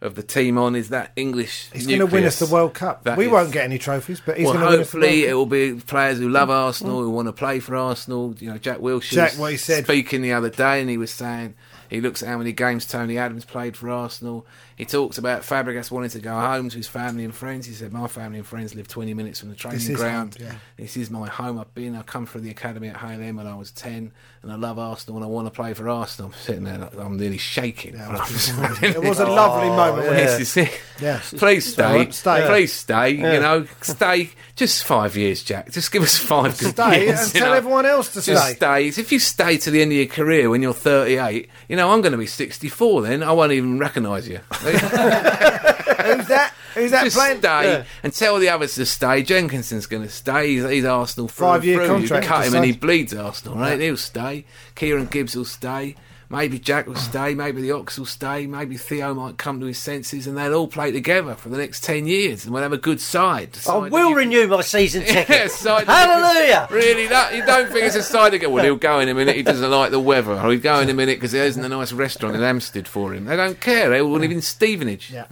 [SPEAKER 2] of the team on. Is that English?
[SPEAKER 4] He's going to win us the World Cup.
[SPEAKER 2] That
[SPEAKER 4] we
[SPEAKER 2] is-
[SPEAKER 4] won't get any trophies, but he's
[SPEAKER 2] well,
[SPEAKER 4] going to win us the World
[SPEAKER 2] hopefully it
[SPEAKER 4] Cup.
[SPEAKER 2] will be players who love Arsenal, who want to play for Arsenal. You know, Jack Wilshere.
[SPEAKER 4] Jack,
[SPEAKER 2] was
[SPEAKER 4] what he said.
[SPEAKER 2] Speaking the other day, and he was saying He looks at how many games Tony Adams played for Arsenal. He talks about Fabregas wanting to go home to his family and friends. He said, "My family and friends live 20 minutes from the training
[SPEAKER 4] is
[SPEAKER 2] ground.
[SPEAKER 4] home, yeah.
[SPEAKER 2] This is my home. I've been. I come from the academy at H&M when I was 10, and I love Arsenal and I want to play for Arsenal." I'm sitting there, like, (laughs) I'm nearly shaking.
[SPEAKER 4] It was a lovely moment. wasn't
[SPEAKER 2] "Oh, This
[SPEAKER 4] it?
[SPEAKER 2] is it.
[SPEAKER 4] Yeah.
[SPEAKER 2] Please
[SPEAKER 4] all
[SPEAKER 2] stay.
[SPEAKER 4] right, stay.
[SPEAKER 2] Please stay. You know, stay. Just five years, Jack. Just give us five good (laughs)
[SPEAKER 4] Stay
[SPEAKER 2] years.
[SPEAKER 4] and
[SPEAKER 2] you
[SPEAKER 4] tell
[SPEAKER 2] know.
[SPEAKER 4] everyone else to
[SPEAKER 2] Just
[SPEAKER 4] stay.
[SPEAKER 2] stays. If you stay to the end of your career when you're 38, you know I'm going to be 64. Then I won't even recognise
[SPEAKER 4] (laughs)
[SPEAKER 2] you.
[SPEAKER 4] Who's that? Who's that
[SPEAKER 2] Just
[SPEAKER 4] playing?
[SPEAKER 2] stay and tell the others to stay. Jenkinson's going to stay. He's, he's Arsenal through and
[SPEAKER 4] Five-year
[SPEAKER 2] through.
[SPEAKER 4] contract,
[SPEAKER 2] You cut him
[SPEAKER 4] just
[SPEAKER 2] and
[SPEAKER 4] say.
[SPEAKER 2] he bleeds Arsenal, right? He'll stay. Kieran Gibbs will stay. Maybe Jack will stay. Maybe the Ox will stay. Maybe Theo might come to his senses, and they'll all play together for the next ten years, and we'll have a good side. The
[SPEAKER 3] I
[SPEAKER 2] side that
[SPEAKER 3] will
[SPEAKER 2] you-
[SPEAKER 3] renew
[SPEAKER 2] (laughs)
[SPEAKER 3] my season ticket. (laughs)
[SPEAKER 2] Yeah, side that you-
[SPEAKER 3] Hallelujah!
[SPEAKER 2] Really, that you don't think it's a side again? Well, he'll go in a minute. He doesn't like the weather. Or he'll go in a minute because there isn't a nice restaurant in Hampstead for him. They don't care. They all live in Stevenage.
[SPEAKER 4] Yeah.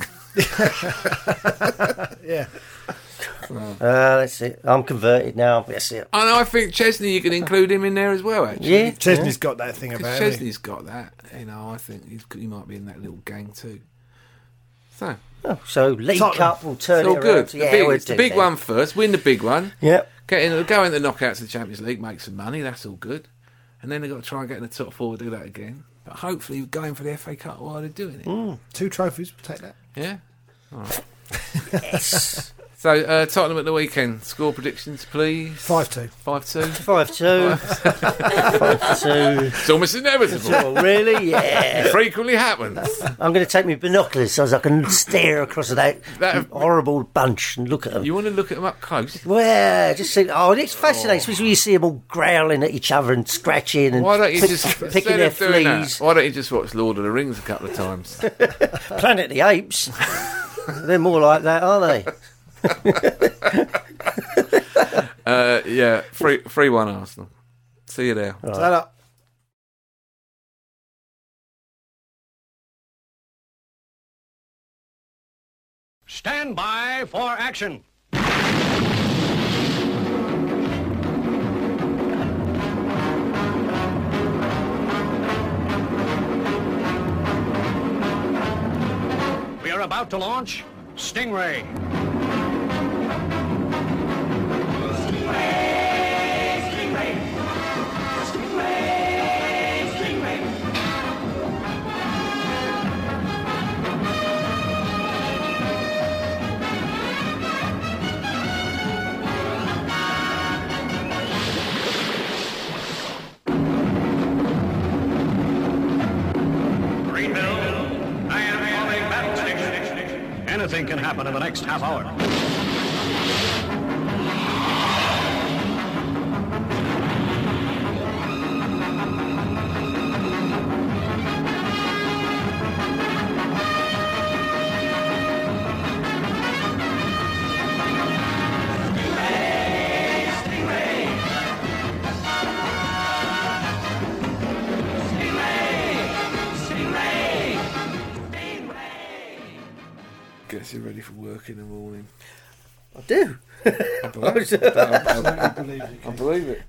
[SPEAKER 4] yeah.
[SPEAKER 3] Uh, that's it. I'm converted now. That's it.
[SPEAKER 2] And I think Chesney, you can include him in there as well. Actually,
[SPEAKER 3] Yeah.
[SPEAKER 4] Chesney's got that thing about him.
[SPEAKER 2] Chesney's got that. You know, I think he's, he might be in that little gang too. So
[SPEAKER 3] Oh, so League
[SPEAKER 4] Tottenham.
[SPEAKER 3] Cup will turn
[SPEAKER 2] it's
[SPEAKER 3] it
[SPEAKER 2] all
[SPEAKER 3] around.
[SPEAKER 2] good. the
[SPEAKER 3] Yeah,
[SPEAKER 2] big,
[SPEAKER 3] we'll
[SPEAKER 2] it's the
[SPEAKER 3] do
[SPEAKER 2] big
[SPEAKER 3] that.
[SPEAKER 2] one first. Win the big one.
[SPEAKER 3] Yep.
[SPEAKER 2] Get in, go in the knockouts of the Champions League, make some money. That's all good. And then they've got to try and get in the top four, do that again. But hopefully, going for the FA Cup while they're doing it.
[SPEAKER 3] Mm.
[SPEAKER 4] Two trophies, we'll take that.
[SPEAKER 2] Yeah. All right. yes. (laughs) So uh, Tottenham at the weekend. Score predictions, please.
[SPEAKER 4] 5 2.
[SPEAKER 2] Five two. (laughs)
[SPEAKER 3] Five two. Five two.
[SPEAKER 2] It's almost inevitable.
[SPEAKER 3] Oh, really? Yeah.
[SPEAKER 2] It frequently happens.
[SPEAKER 3] I'm going to take my binoculars so as I can stare across at that,
[SPEAKER 2] That-
[SPEAKER 3] horrible bunch and look at them.
[SPEAKER 2] You want to look at them up
[SPEAKER 3] (laughs)
[SPEAKER 2] close.
[SPEAKER 3] Well, just see. Oh, it's fascinating, especially when you see them all growling at each other and scratching and
[SPEAKER 2] Why don't you
[SPEAKER 3] pick-
[SPEAKER 2] just (laughs)
[SPEAKER 3] picking
[SPEAKER 2] instead
[SPEAKER 3] their
[SPEAKER 2] of doing that,
[SPEAKER 3] fleas.
[SPEAKER 2] Why don't you just watch Lord of the Rings a couple of
[SPEAKER 3] (laughs)
[SPEAKER 2] times?
[SPEAKER 3] Planet of
[SPEAKER 2] (laughs)
[SPEAKER 3] the Apes. They're more like that, aren't they?
[SPEAKER 2] uh, yeah, three three one Arsenal. See you there.
[SPEAKER 4] Is that up?
[SPEAKER 1] Stand by for action. We are about to launch Stingray. Greenville, I am on a battle station. Anything can happen in the next half hour.
[SPEAKER 2] Gets you ready for work in the morning.
[SPEAKER 3] I do.
[SPEAKER 2] I believe it. I believe it.